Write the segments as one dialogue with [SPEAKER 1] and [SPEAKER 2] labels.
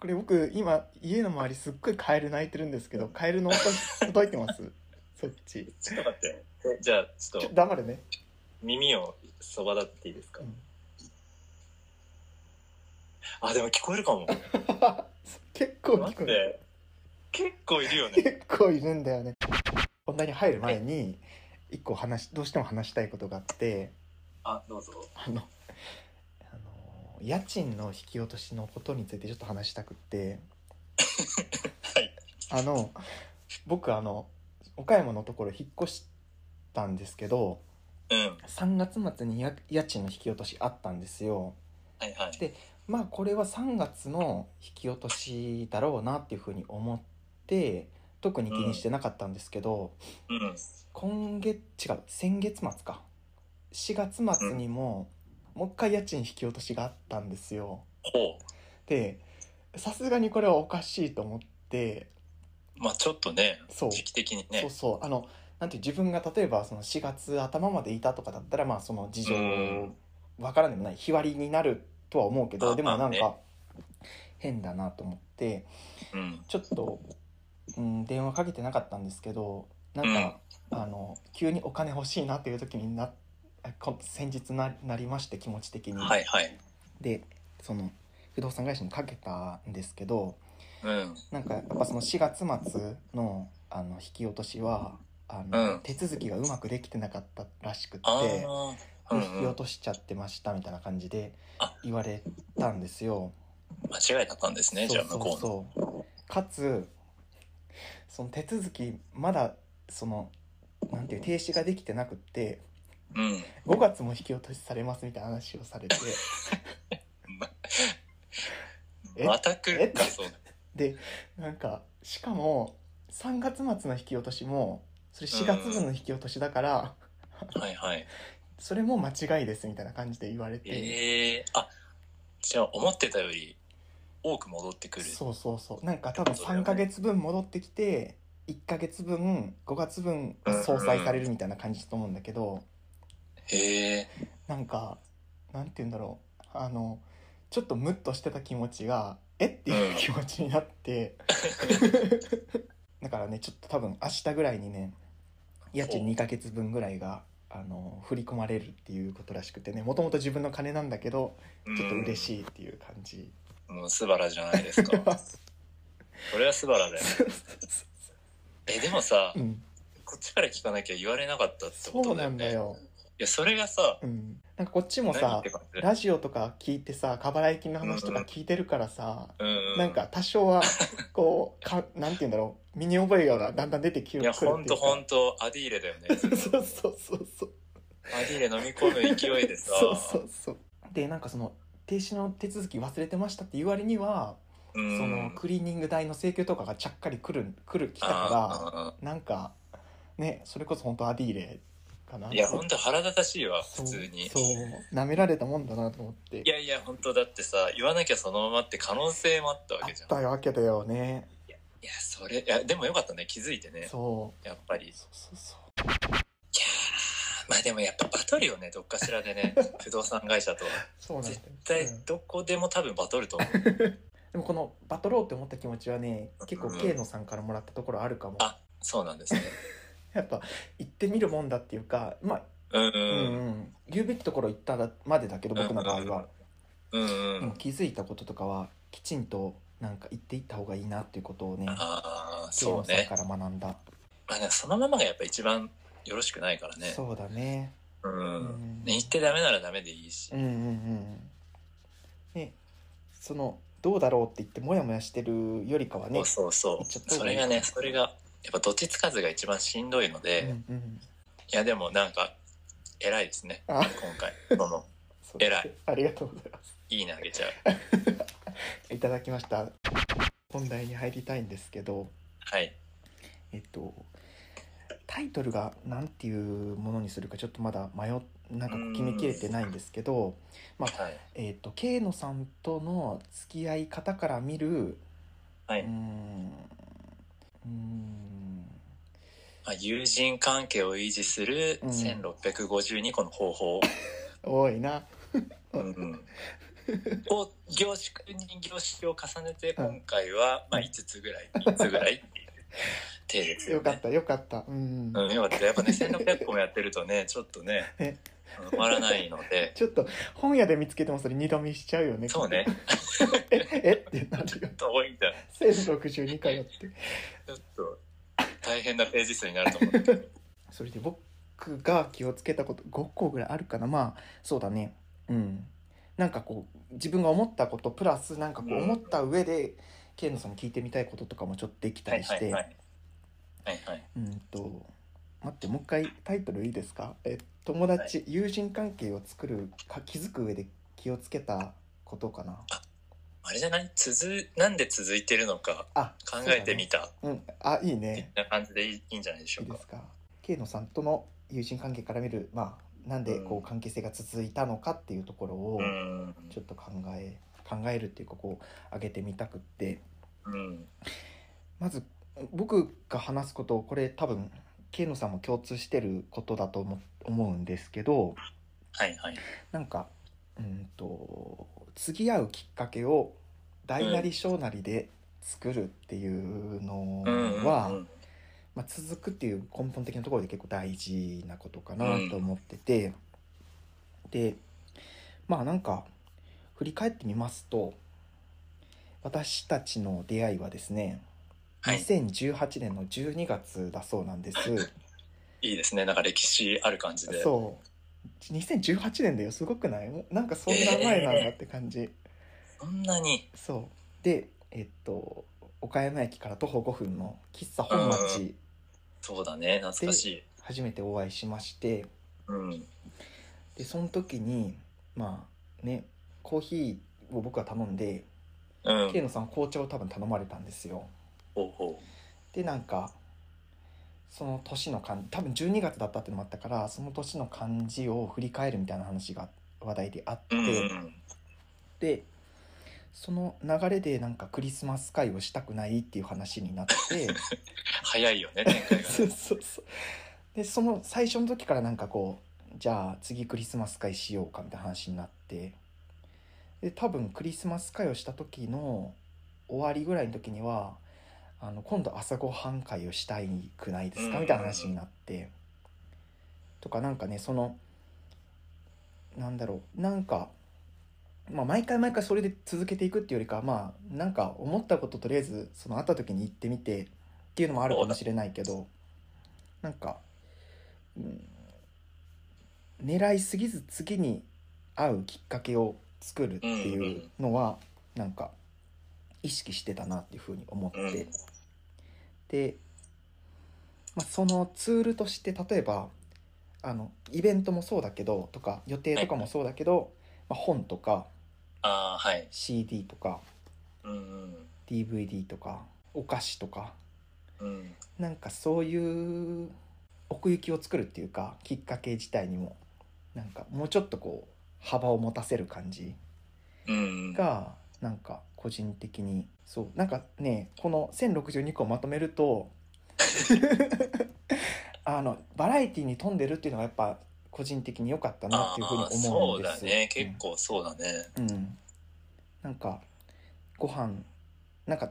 [SPEAKER 1] これ僕今家の周りすっごいカエル鳴いてるんですけどカエルの音届いて ますそっち
[SPEAKER 2] ちょっと待って。えじゃあ、ちょっ
[SPEAKER 1] ちょ
[SPEAKER 2] と
[SPEAKER 1] 黙るね
[SPEAKER 2] 耳をそばだっていいですか、
[SPEAKER 1] うん
[SPEAKER 2] あ、でも 聞こえるかも。
[SPEAKER 1] 結構
[SPEAKER 2] 待
[SPEAKER 1] 聞く
[SPEAKER 2] っ
[SPEAKER 1] ね
[SPEAKER 2] て。結構いるよね。
[SPEAKER 1] 結構いるんだよね本題に入る前に一個話しどうしても話したいことがあって
[SPEAKER 2] あ、どうぞ。
[SPEAKER 1] あのあの家賃の引き落としのことについてちょっと話したくって
[SPEAKER 2] はい。
[SPEAKER 1] あの僕あの岡山のところ引っ越したんですけど
[SPEAKER 2] うん。
[SPEAKER 1] 3月末に家家賃の引き落としあったんですよ
[SPEAKER 2] はいはい。
[SPEAKER 1] でまあこれは3月の引き落としだろうなっていうふうに思って特に気にしてなかったんですけど、
[SPEAKER 2] うん。
[SPEAKER 1] 今月違う先月末か4月末にも、もう一回家賃引き落としがあったんですよ
[SPEAKER 2] ほ
[SPEAKER 1] でさすがにこれはおかしいと思って
[SPEAKER 2] う。まあちょっとね、
[SPEAKER 1] そう
[SPEAKER 2] 時期的に
[SPEAKER 1] そう
[SPEAKER 2] ね。
[SPEAKER 1] そうあのなんていう自分が例えばその4月頭までいたとかだったらまあその事情
[SPEAKER 2] うん
[SPEAKER 1] わからんでもない日割りになるとは思うけ
[SPEAKER 2] ま
[SPEAKER 1] ど
[SPEAKER 2] あ
[SPEAKER 1] でもなん
[SPEAKER 2] まあ
[SPEAKER 1] か変だなと思って
[SPEAKER 2] うん。
[SPEAKER 1] ちょっと、うん、電話かけてなかったんですけどなんか、あの急にお金欲しいなっていう時になこ先日ななりまして気持ち的に。
[SPEAKER 2] はいはい。
[SPEAKER 1] でその不動産会社にかけたんですけど、
[SPEAKER 2] うん。
[SPEAKER 1] なんかやっぱその4月末のあの引き落としはあの、
[SPEAKER 2] うん
[SPEAKER 1] 手続きがうまくできてなかったらしくって、
[SPEAKER 2] ああ。
[SPEAKER 1] 引
[SPEAKER 2] うん、
[SPEAKER 1] き
[SPEAKER 2] う
[SPEAKER 1] 落
[SPEAKER 2] ん。
[SPEAKER 1] としちゃってましたみたいな感じで
[SPEAKER 2] あ
[SPEAKER 1] 言われたんですよ。
[SPEAKER 2] 間違えたったんですね、じゃあ向こう
[SPEAKER 1] そ
[SPEAKER 2] の。
[SPEAKER 1] うそうそうかつその手続きまだそのなんていう停止ができてなくって
[SPEAKER 2] うん。
[SPEAKER 1] 5月も引き落としされますみたいな話をさ れてえ
[SPEAKER 2] また来
[SPEAKER 1] え
[SPEAKER 2] るか、そう。
[SPEAKER 1] でなんかしかも3月末の引き落としもそれ4月分の引き落としだから、
[SPEAKER 2] はいはい。
[SPEAKER 1] それも間違いですみたいな感じで言われて、
[SPEAKER 2] ええあ、じゃあ思ってたより多く戻ってくる。
[SPEAKER 1] そうそうそうなんか多分3ヶ月分戻ってきて1ヶ月分5月分相殺されるみたいな感じだと思うんだけど、
[SPEAKER 2] へえ
[SPEAKER 1] なんかなんて言うんだろうあのちょっとムッとしてた気持ちがえっていう気持ちになって、 だからねちょっと多分明日ぐらいにね家賃2ヶ月分ぐらいがあの振り込まれるっていうことらしくてねもともと自分の金なんだけどちょっと嬉
[SPEAKER 2] い。
[SPEAKER 1] しいっていう感じ、
[SPEAKER 2] もうスバラじゃないです か。それはスバラだよ。え、でもさ
[SPEAKER 1] う、ん、
[SPEAKER 2] こっちから聞かなきゃ言われなかったってこ
[SPEAKER 1] そ
[SPEAKER 2] と
[SPEAKER 1] う
[SPEAKER 2] だ
[SPEAKER 1] な
[SPEAKER 2] よ
[SPEAKER 1] ん
[SPEAKER 2] ね。
[SPEAKER 1] だよ、
[SPEAKER 2] いや、それがさ、
[SPEAKER 1] うん、なんかこっちも
[SPEAKER 2] 何
[SPEAKER 1] さ
[SPEAKER 2] って感じだよ
[SPEAKER 1] ラジオとか聞いてさ過払い金の話とか聞いてるからさ、
[SPEAKER 2] うんう
[SPEAKER 1] なんか多少 はこうかなんて言うんだろう身に覚えがだんだん出てきて
[SPEAKER 2] い
[SPEAKER 1] る
[SPEAKER 2] や、
[SPEAKER 1] くる
[SPEAKER 2] ほ
[SPEAKER 1] っ
[SPEAKER 2] ん
[SPEAKER 1] てい
[SPEAKER 2] と
[SPEAKER 1] うか
[SPEAKER 2] ほんと、アディーレだよね。
[SPEAKER 1] そうそうそうそう
[SPEAKER 2] アディーレ飲み込む勢いでさ、
[SPEAKER 1] そうそうそうでなんかその停止の手続き忘れてましたって言われには、
[SPEAKER 2] うん
[SPEAKER 1] そのクリーニング代の請求とかがちゃっかり来る来る来たか
[SPEAKER 2] あ
[SPEAKER 1] らなんかねそれこそ本当アディーレかな
[SPEAKER 2] ーいや、ほんと腹立たしいわ、
[SPEAKER 1] そ
[SPEAKER 2] 普
[SPEAKER 1] う
[SPEAKER 2] 通に。
[SPEAKER 1] そうなめられたもんだなと思って
[SPEAKER 2] いやいや、本当だってさ、言わなきゃそのままって可能性もあったわ
[SPEAKER 1] あ
[SPEAKER 2] けじゃ
[SPEAKER 1] っ
[SPEAKER 2] ん。い
[SPEAKER 1] たわけだよね
[SPEAKER 2] や、それ、いや、でもよかったね、気づいてね、
[SPEAKER 1] そう
[SPEAKER 2] やっぱり。
[SPEAKER 1] そうそうそう
[SPEAKER 2] まあでもやっぱバトるよね、どっかしら でね、不動産会社とは。
[SPEAKER 1] そうなんだよ
[SPEAKER 2] 絶対
[SPEAKER 1] うん、
[SPEAKER 2] どこでも多分バトると思う。
[SPEAKER 1] でもこのバトろうって思った気持ちはね結構
[SPEAKER 2] うん
[SPEAKER 1] K のさんからもらったところあるかも、
[SPEAKER 2] あそうなんですね。
[SPEAKER 1] やっぱ行ってみるもんだっていうかまあ、
[SPEAKER 2] うんう
[SPEAKER 1] うん
[SPEAKER 2] ん。
[SPEAKER 1] うん言うべきところ行ったまでだけど僕の場合は、
[SPEAKER 2] うんう
[SPEAKER 1] でも
[SPEAKER 2] ん。
[SPEAKER 1] 気づいたこととかはきちんとなんか言っていった方がいいなっていうことをね
[SPEAKER 2] ああ、
[SPEAKER 1] K
[SPEAKER 2] そ
[SPEAKER 1] の
[SPEAKER 2] う
[SPEAKER 1] さん
[SPEAKER 2] ね。
[SPEAKER 1] から学んだ
[SPEAKER 2] まあでもそのままがやっぱ一番よろしくないからね。
[SPEAKER 1] そうだね
[SPEAKER 2] う
[SPEAKER 1] うん
[SPEAKER 2] ん。ね言ってダメならダメでいいし
[SPEAKER 1] う。んうんうんねそのどうだろうって言ってモヤモヤしてるよりかは
[SPEAKER 2] そ
[SPEAKER 1] ね
[SPEAKER 2] うそうそ
[SPEAKER 1] ちょっ
[SPEAKER 2] う。
[SPEAKER 1] と
[SPEAKER 2] それがね、それが、やっぱどっちつかずが一番しんどいので、
[SPEAKER 1] うんうん
[SPEAKER 2] いやでもなんか偉いですね
[SPEAKER 1] あ
[SPEAKER 2] 今回その
[SPEAKER 1] そうです
[SPEAKER 2] 偉い
[SPEAKER 1] ありがとうございます
[SPEAKER 2] いい投げちゃう
[SPEAKER 1] いただきました本題に入りたいんですけど
[SPEAKER 2] はい
[SPEAKER 1] えっとタイトルが何ていうものにするかちょっとまだ迷っなんかこう決めきれてないんですけど、
[SPEAKER 2] はい
[SPEAKER 1] えっと K のさんとの付き合い方から見る
[SPEAKER 2] は
[SPEAKER 1] う
[SPEAKER 2] い
[SPEAKER 1] ーんうーん
[SPEAKER 2] まあ、友人関係を維持する
[SPEAKER 1] うん
[SPEAKER 2] 1652個の方法、
[SPEAKER 1] 多いな
[SPEAKER 2] うんを凝縮に凝縮を重ねて
[SPEAKER 1] うん
[SPEAKER 2] 今回は、まあ、5つぐらい3つぐらいっていう手ですよ
[SPEAKER 1] よかっ
[SPEAKER 2] ね。
[SPEAKER 1] たよかったうん、
[SPEAKER 2] うん、よかったやっぱね1600個もやってるとねちょっとね
[SPEAKER 1] ね
[SPEAKER 2] 終わらないので
[SPEAKER 1] ちょっと本屋で見つけてもそれ二度見しちゃうよね
[SPEAKER 2] そうね
[SPEAKER 1] ええってな るよ
[SPEAKER 2] ちょっと多いんだ
[SPEAKER 1] 1062回やって
[SPEAKER 2] ちょっと大変なページ数になると思うけど
[SPEAKER 1] それで僕が気をつけたこと5個ぐらいあるかなまあそうだねうんなんかこう自分が思ったことプラスなんかこう
[SPEAKER 2] うん
[SPEAKER 1] 思った上でケン野さんに聞いてみたいこととかもちょっとできた
[SPEAKER 2] はい
[SPEAKER 1] り
[SPEAKER 2] は
[SPEAKER 1] し
[SPEAKER 2] いは
[SPEAKER 1] て
[SPEAKER 2] いはいはい
[SPEAKER 1] うんと待ってもう一回タイトルいいですかえ友達、友人関係を作るか気づく上で気をつけたことかな
[SPEAKER 2] あれじゃない続なんで続いてるのか
[SPEAKER 1] あ
[SPEAKER 2] 考えてみた
[SPEAKER 1] そうだねうんあいい
[SPEAKER 2] み
[SPEAKER 1] ね
[SPEAKER 2] たいな感じでいいいいんじゃないでし
[SPEAKER 1] い
[SPEAKER 2] ょ
[SPEAKER 1] いうで
[SPEAKER 2] か
[SPEAKER 1] すかケイノさんとの友人関係から見るまあなんでこ
[SPEAKER 2] うん
[SPEAKER 1] う関係性が続いたのかっていうところを
[SPEAKER 2] うん
[SPEAKER 1] ちょっと考え考えるっていうかこう上げてみたくって
[SPEAKER 2] うん
[SPEAKER 1] まず僕が話すことこれ多分ケイノさんも共通してることだと思思うんですけど
[SPEAKER 2] はいはい
[SPEAKER 1] なんかうんと次会うきっかけを大なり小なりで作るっていうの
[SPEAKER 2] うんうん
[SPEAKER 1] は、
[SPEAKER 2] うん
[SPEAKER 1] まあ、続くっていう根本的なところで結構大事なことかなと思ってて、でまあなんか振り返ってみますと私たちの出会いはですね
[SPEAKER 2] はい
[SPEAKER 1] 2018年の12月だそうなんです、
[SPEAKER 2] いいですねなんか歴史ある感じ で
[SPEAKER 1] そう2018年だよすごくないもうなんかそんな前なんだって感じ、
[SPEAKER 2] そんなに
[SPEAKER 1] そうでえっと岡山駅から徒歩5分の喫茶本町
[SPEAKER 2] そうだね懐かしい
[SPEAKER 1] 初めてお会いしまして、
[SPEAKER 2] うん
[SPEAKER 1] でその時にまあねコーヒーを僕は頼んで
[SPEAKER 2] う
[SPEAKER 1] ケイ
[SPEAKER 2] ん
[SPEAKER 1] ノさんは紅茶を多分頼まれたんですよ
[SPEAKER 2] ほうほ
[SPEAKER 1] でなんかその年の感多分12月だったっていうのもあったからその年の感じを振り返るみたいな話が話題であって、
[SPEAKER 2] ううんうん
[SPEAKER 1] でその流れでなんかクリスマス会をしたくないっていう話になって
[SPEAKER 2] 早いよね 展開 が
[SPEAKER 1] そうそうそうでその最初の時からなんかこうじゃあ次クリスマス会しようかみたいな話になってで多分クリスマス会をした時の終わりぐらいの時にはあの今度朝ごはん会をしたいくないですかみたいな話になってとかなんかねそのなんだろうなんか、まあ、毎回毎回それで続けていくっていうよりかまあなんか思ったこととりあえずその会った時に言ってみてっていうのもあるかもしれないけどなんか、うん、狙いすぎず次に会うきっかけを作るっていうのはなんか意識してたなっていうふうに思って、
[SPEAKER 2] うん
[SPEAKER 1] で、まあ、そのツールとして例えばあのイベントもそうだけどとか予定とかもそうだけど、まあ、本とか
[SPEAKER 2] ああはい
[SPEAKER 1] CD とか
[SPEAKER 2] うん
[SPEAKER 1] DVD とかお菓子とか
[SPEAKER 2] うんうん
[SPEAKER 1] なんかそういう奥行きを作るっていうかきっかけ自体にもなんかもうちょっとこう幅を持たせる感じ
[SPEAKER 2] うん
[SPEAKER 1] がなんか個人的にそうなんかねこの1062個をまとめると あのバラエティに富んでるっていうのがやっぱ個人的に良かったなっていうふうに
[SPEAKER 2] ああ
[SPEAKER 1] 思うん
[SPEAKER 2] そう
[SPEAKER 1] です
[SPEAKER 2] だね結構そうだね
[SPEAKER 1] うん、うんなんかご飯なんか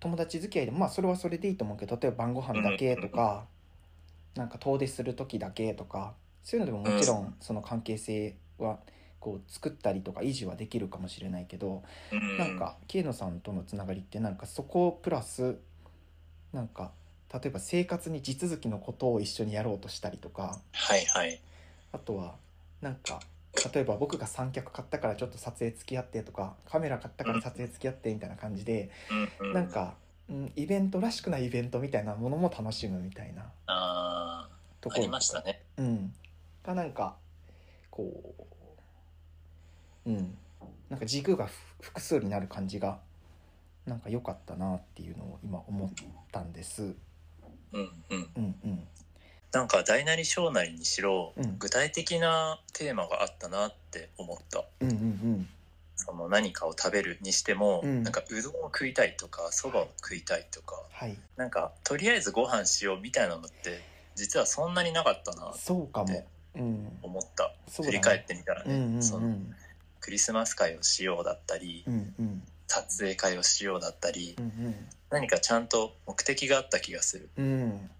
[SPEAKER 1] 友達付き合いでもまあそれはそれでいいと思うけど例えば晩ご飯だけとか、なんか遠出する時だけとかそういうのでももちろんその関係性はこう作ったりとか維持はできるかもしれないけど、
[SPEAKER 2] うん
[SPEAKER 1] なんか慶野さんとのつながりってなんかそこプラスなんか例えば生活に地続きのことを一緒にやろうとしたりとか
[SPEAKER 2] はいはい
[SPEAKER 1] あとはなんか例えば僕が三脚買ったからちょっと撮影付き合ってとかカメラ買ったから撮影付き合ってみたいな感じで
[SPEAKER 2] うんう
[SPEAKER 1] なんか、うん、イベントらしくないイベントみたいなものも楽しむみたいな
[SPEAKER 2] あ
[SPEAKER 1] と
[SPEAKER 2] ああ
[SPEAKER 1] ころ
[SPEAKER 2] りましたね
[SPEAKER 1] うん、がなんかこううんなんか軸がふ複数になる感じがなんか良かったなっていうのを今思ったんです。
[SPEAKER 2] うんうん
[SPEAKER 1] うんうん
[SPEAKER 2] なんか大なり小なりにしろ
[SPEAKER 1] うん
[SPEAKER 2] 具体的なテーマがあったなって思った
[SPEAKER 1] うんうん
[SPEAKER 2] その何かを食べるにしても、
[SPEAKER 1] うん
[SPEAKER 2] なんかうどんを食いたいとかそばを食いたいとか
[SPEAKER 1] はい
[SPEAKER 2] なんかとりあえずご飯しようみたいなのって実はそんなになかったなと
[SPEAKER 1] そうかも。うん
[SPEAKER 2] 思った、
[SPEAKER 1] そうだね
[SPEAKER 2] 振り返ってみたら
[SPEAKER 1] う
[SPEAKER 2] ね、
[SPEAKER 1] んうんう
[SPEAKER 2] その
[SPEAKER 1] ん
[SPEAKER 2] クリスマス会をしようだったり
[SPEAKER 1] うんうん
[SPEAKER 2] 撮影会をしようだったり
[SPEAKER 1] うん
[SPEAKER 2] 何かちゃんと目的があった気がする
[SPEAKER 1] うんうん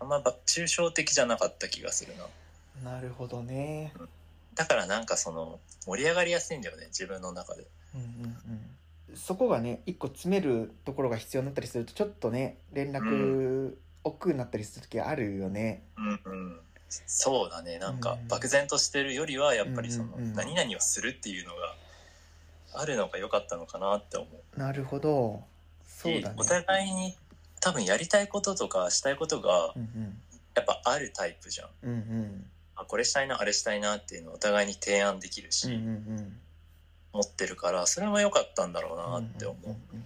[SPEAKER 2] あんまば抽象的じゃなかった気がするな
[SPEAKER 1] なるほどね
[SPEAKER 2] だからなんかその盛り上がりやすいんだよね自分の中で
[SPEAKER 1] うんうんうんそこがね一個詰めるところが必要になったりするとちょっとね連絡億劫になったりする時あるよね
[SPEAKER 2] うんうんそうだねなん
[SPEAKER 1] う
[SPEAKER 2] か
[SPEAKER 1] ん
[SPEAKER 2] 漠然としてるよりはやっぱりその
[SPEAKER 1] うんうんうん
[SPEAKER 2] 何々をするっていうのがあるのが良かったのかなって思う
[SPEAKER 1] なるほどそうだね
[SPEAKER 2] お互いに多分やりたいこととかしたいことが
[SPEAKER 1] うん
[SPEAKER 2] やっぱあるタイプじゃん
[SPEAKER 1] うんうんうん
[SPEAKER 2] あこれしたいなあれしたいなっていうのをお互いに提案できる
[SPEAKER 1] う
[SPEAKER 2] し、
[SPEAKER 1] んうんうん
[SPEAKER 2] 持ってるからそれも良かったんだろうなって思う,、
[SPEAKER 1] うんうんうんうん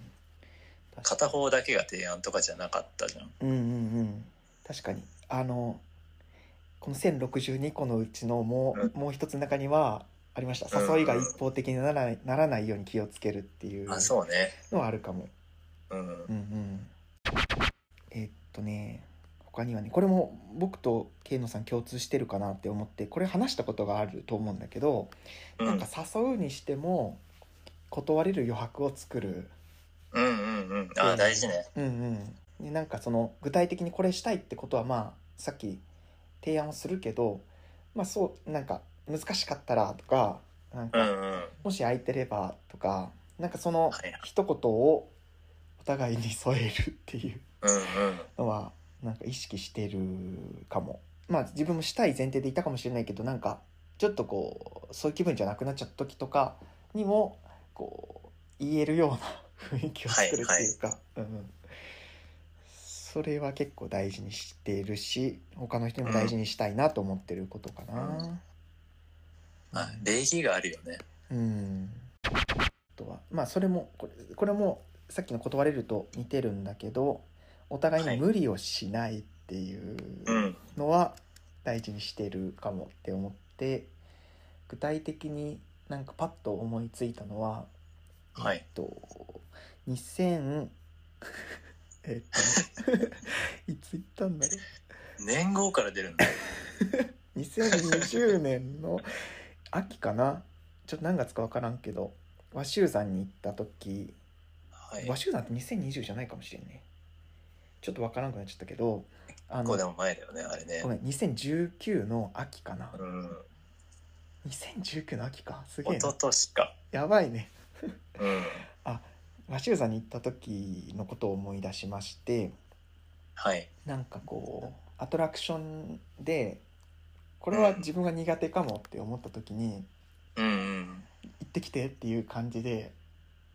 [SPEAKER 2] 片方だけが提案とかじゃなかったじゃん
[SPEAKER 1] うんうんうん確かにあのこの1062個のうちのもう,、もう一つの中にはありました
[SPEAKER 2] うん
[SPEAKER 1] 誘いが一方的にならないならないように気をつけるっていう
[SPEAKER 2] あ
[SPEAKER 1] の
[SPEAKER 2] そうね
[SPEAKER 1] はあるかも
[SPEAKER 2] うん
[SPEAKER 1] うんうんえっとね他にはねこれも僕と慶野さん共通してるかなって思ってこれ話したことがあると思うんだけど、
[SPEAKER 2] うん
[SPEAKER 1] なんか誘うにしても断れる余白を作る
[SPEAKER 2] うんうんうんあ大事ね
[SPEAKER 1] うんうん、でなんかその具体的にこれしたいってことはまあさっき提案をするけどまあそうなんか難しかったらとかなん
[SPEAKER 2] うん
[SPEAKER 1] か
[SPEAKER 2] うんは
[SPEAKER 1] もし空いてればとかなんかその
[SPEAKER 2] い
[SPEAKER 1] 一言をお互いに添えるっていう
[SPEAKER 2] うんうん
[SPEAKER 1] のはなんか意識してるかもまあ自分もしたい前提でいたかもしれないけどなんかちょっとこうそういう気分じゃなくなっちゃった時とかにもこう言えるような雰囲気を作るっていうか、うんうん、それは結構大事にしているし他の人にも大事にしたいなと思ってることかな。
[SPEAKER 2] まあ礼儀があるよね
[SPEAKER 1] うん、あとはまあそれもこれこれもさっきの断れると似てるんだけどお互いに無理をしないっていう
[SPEAKER 2] うん
[SPEAKER 1] のは大事にしてるかもって思って具体的になんかパッと思いついたのは、
[SPEAKER 2] はい
[SPEAKER 1] えっと2000 えっと、 いつ行ったんだろう
[SPEAKER 2] 年号から出るんだ
[SPEAKER 1] 2020年の秋かなちょっと何月か分からんけど和州山に行った時
[SPEAKER 2] はい
[SPEAKER 1] 和州山って2020じゃないかもしれんねちょっと分からんくなっちゃったけどあ
[SPEAKER 2] こ
[SPEAKER 1] の
[SPEAKER 2] うでも前だよねあれね
[SPEAKER 1] ごめん2019の秋かな
[SPEAKER 2] うん
[SPEAKER 1] 2019の秋かすげえ
[SPEAKER 2] 一
[SPEAKER 1] な
[SPEAKER 2] 昨年か
[SPEAKER 1] やばいね
[SPEAKER 2] うん
[SPEAKER 1] 和州山に行った時のことを思い出しまして
[SPEAKER 2] はい
[SPEAKER 1] なんかこうアトラクションでこれは自分が苦手かもって思った時に、
[SPEAKER 2] うんうん
[SPEAKER 1] 行ってきてっていう感じで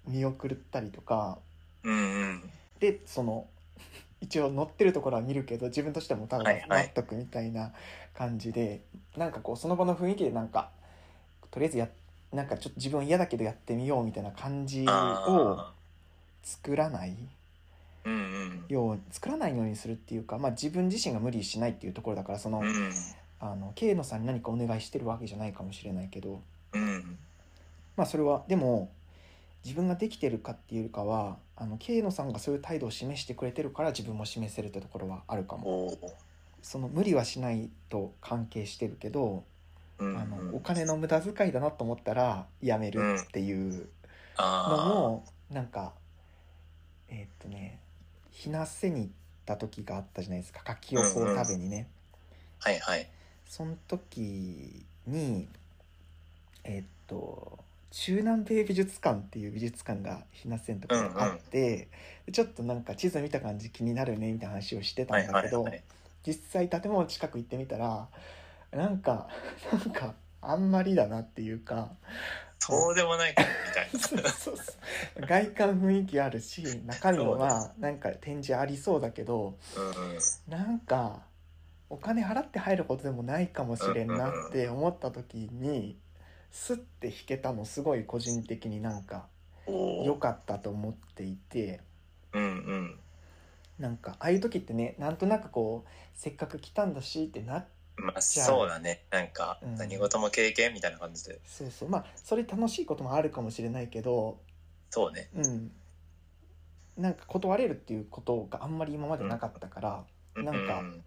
[SPEAKER 1] 見送ったりとか
[SPEAKER 2] うんうん
[SPEAKER 1] でその一応乗ってるところは見るけど自分としても多分
[SPEAKER 2] はいはい
[SPEAKER 1] 納得みたいな感じで、なんかこうその場の雰囲気でなんかとりあえずやなんかちょっと自分は嫌だけどやってみようみたいな感じを
[SPEAKER 2] あ
[SPEAKER 1] 作らない
[SPEAKER 2] ーうんうん
[SPEAKER 1] よう作らないようにするっていうか、まあ、自分自身が無理しないっていうところだからその,、
[SPEAKER 2] うん
[SPEAKER 1] あの経野さんに何かお願いしてるわけじゃないかもしれないけど
[SPEAKER 2] うん
[SPEAKER 1] まあそれはでも自分ができてるかっていうよりかはあの経野さんがそういう態度を示してくれてるから自分も示せるってところはあるかも
[SPEAKER 2] おー
[SPEAKER 1] その無理はしないと関係してるけど、
[SPEAKER 2] うん
[SPEAKER 1] あ
[SPEAKER 2] うん
[SPEAKER 1] のお金の無駄遣いだなと思ったらやめるっていうの
[SPEAKER 2] あ
[SPEAKER 1] も、なんかえーっとね日なせに行った時があったじゃないですか柿をこう食べにね、
[SPEAKER 2] あはいはい
[SPEAKER 1] その時にえっと中南米美術館っていう美術館が日向線とかにあって、ちょっとなんか地図見た感じ気になるねみたいな話をしてた
[SPEAKER 2] はい
[SPEAKER 1] んだ
[SPEAKER 2] は
[SPEAKER 1] け
[SPEAKER 2] い
[SPEAKER 1] ど、
[SPEAKER 2] はい
[SPEAKER 1] 実際建物近く行ってみたらなんか なんかあんまりだなっていうか
[SPEAKER 2] そうでもないかもみたい
[SPEAKER 1] そう そうそう外観雰囲気あるし中身もま
[SPEAKER 2] そ
[SPEAKER 1] あなんか展示ありそうだけど、
[SPEAKER 2] なうんうん
[SPEAKER 1] なんかお金払って入ることでもないかもしれんなって思った時にスッて弾けたのすごい個人的になんか
[SPEAKER 2] おー
[SPEAKER 1] 良かったと思っていて
[SPEAKER 2] うんうん
[SPEAKER 1] なんかああいう時ってねなんとなくこうせっかく来たんだしってな
[SPEAKER 2] まあ
[SPEAKER 1] じゃあ
[SPEAKER 2] そうだねなんか
[SPEAKER 1] うん
[SPEAKER 2] 何事も経験みたいな感じで
[SPEAKER 1] そうそうまあそれ楽しいこともあるかもしれないけど
[SPEAKER 2] そうね
[SPEAKER 1] うんなんか断れるっていうことがあんまり今までなかったから、
[SPEAKER 2] う
[SPEAKER 1] なんか
[SPEAKER 2] うん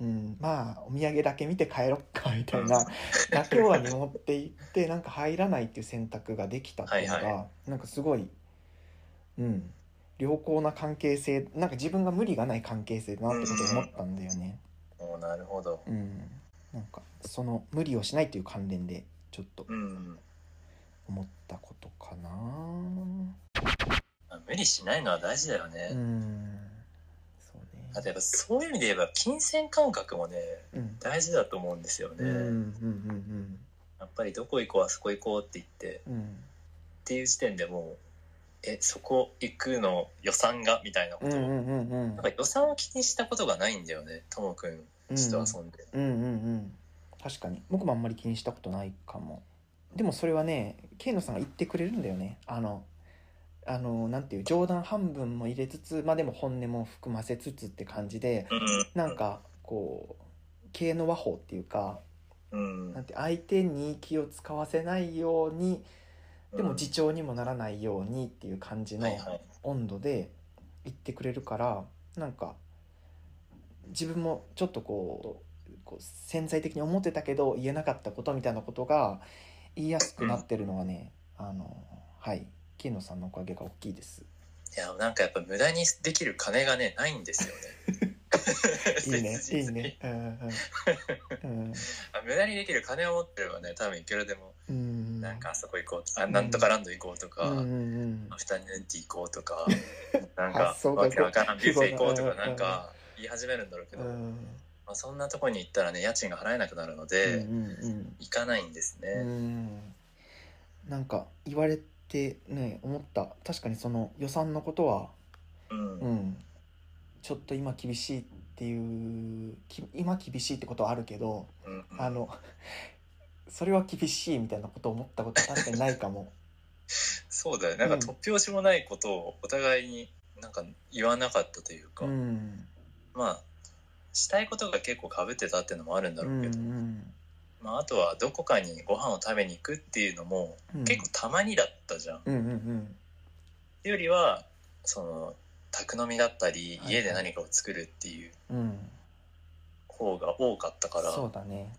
[SPEAKER 1] うん、まあお土産だけ見て帰ろっかみたいな妥協はに持って行ってなんか入らないっていう選択ができたっていうのが、
[SPEAKER 2] はい
[SPEAKER 1] なんかすごい、うん、良好な関係性なんか自分が無理がない関係性だなってことを思ったんだよね。
[SPEAKER 2] おなるほど。
[SPEAKER 1] うん、なんかその無理をしないという関連でちょっと
[SPEAKER 2] うん。
[SPEAKER 1] 思ったことかな。
[SPEAKER 2] 無理しないのは大事だよね。
[SPEAKER 1] うん、そうね。
[SPEAKER 2] あとやっぱそういう意味で言えば金銭感覚もね
[SPEAKER 1] うん、
[SPEAKER 2] 大事だと思うんですよね、
[SPEAKER 1] うんうんうん
[SPEAKER 2] やっぱりどこ行こうあそこ行こうって言って
[SPEAKER 1] うんうん
[SPEAKER 2] っていう時点でもうえそこ行くの予算がみたいなこ
[SPEAKER 1] う
[SPEAKER 2] と、
[SPEAKER 1] んうんうんうん
[SPEAKER 2] なんか予算を気にしたことがないんだよねともくんちと遊んで、
[SPEAKER 1] うんうんうん確かに僕もあんまり気にしたことないかもでもそれはねケイノさんが言ってくれるんだよねあのあのなんていう冗談半分も入れつつまあでも本音も含ませつつって感じで
[SPEAKER 2] うん
[SPEAKER 1] なんかこう系の和法っていうか
[SPEAKER 2] うん
[SPEAKER 1] なんて相手に気を使わせないようにでも自重にもならないようにっていう感じ
[SPEAKER 2] うんは
[SPEAKER 1] の
[SPEAKER 2] いはい
[SPEAKER 1] 温度で言ってくれるからなんか自分もちょっとこうこう潜在的に思ってたけど言えなかったことみたいなことが言いやすくなってるのはね、あのはい金野さんのおかげが大きいです。
[SPEAKER 2] いやなんかやっぱ無駄にできる金がねないんですよ
[SPEAKER 1] い
[SPEAKER 2] ね
[SPEAKER 1] いね
[SPEAKER 2] 切
[SPEAKER 1] い
[SPEAKER 2] 実
[SPEAKER 1] い
[SPEAKER 2] に
[SPEAKER 1] ね。うんうん
[SPEAKER 2] あ無駄にできる金を持ってればね多分いくらでも
[SPEAKER 1] うんうん
[SPEAKER 2] なんかあそこ行こうとか、あなんとかランド行こうと
[SPEAKER 1] う
[SPEAKER 2] か、
[SPEAKER 1] んうんうん
[SPEAKER 2] アフタヌーンティー行こうと か、なんか
[SPEAKER 1] 発想、が
[SPEAKER 2] わけわからんビュッフェ行こうと
[SPEAKER 1] うんう
[SPEAKER 2] か、
[SPEAKER 1] ん
[SPEAKER 2] なんか言い始めるんだろうけ
[SPEAKER 1] う
[SPEAKER 2] ど、ま
[SPEAKER 1] ん
[SPEAKER 2] あ、そんなとこに行ったらね、家賃が払えなくなるの
[SPEAKER 1] うん
[SPEAKER 2] で、
[SPEAKER 1] うん
[SPEAKER 2] 行かないんです
[SPEAKER 1] う
[SPEAKER 2] ね。
[SPEAKER 1] んなんか言われてね思った確かにその予算のことは
[SPEAKER 2] うん。
[SPEAKER 1] うん、ちょっと今厳しいっていうき今厳しいってことはあるけど、
[SPEAKER 2] うん
[SPEAKER 1] あの それは厳しいみたいなことを思ったことは確かにないかも
[SPEAKER 2] そうだよ。なんか突拍子もないことをお互いになんか言わなかったという か、
[SPEAKER 1] うん
[SPEAKER 2] まあ、したいことが結構被ってたっていうのもあるんだ
[SPEAKER 1] うんう
[SPEAKER 2] ろうけど、
[SPEAKER 1] ん
[SPEAKER 2] まあ、あとはどこかにご飯を食べに行くっていうのも
[SPEAKER 1] うん
[SPEAKER 2] 結構たまにだったじゃん。
[SPEAKER 1] うんうんうん
[SPEAKER 2] っていうよりは、その、宅飲みだったり、
[SPEAKER 1] はい
[SPEAKER 2] 家で何かを作るっていう
[SPEAKER 1] うん
[SPEAKER 2] 方が多かったから
[SPEAKER 1] そうだね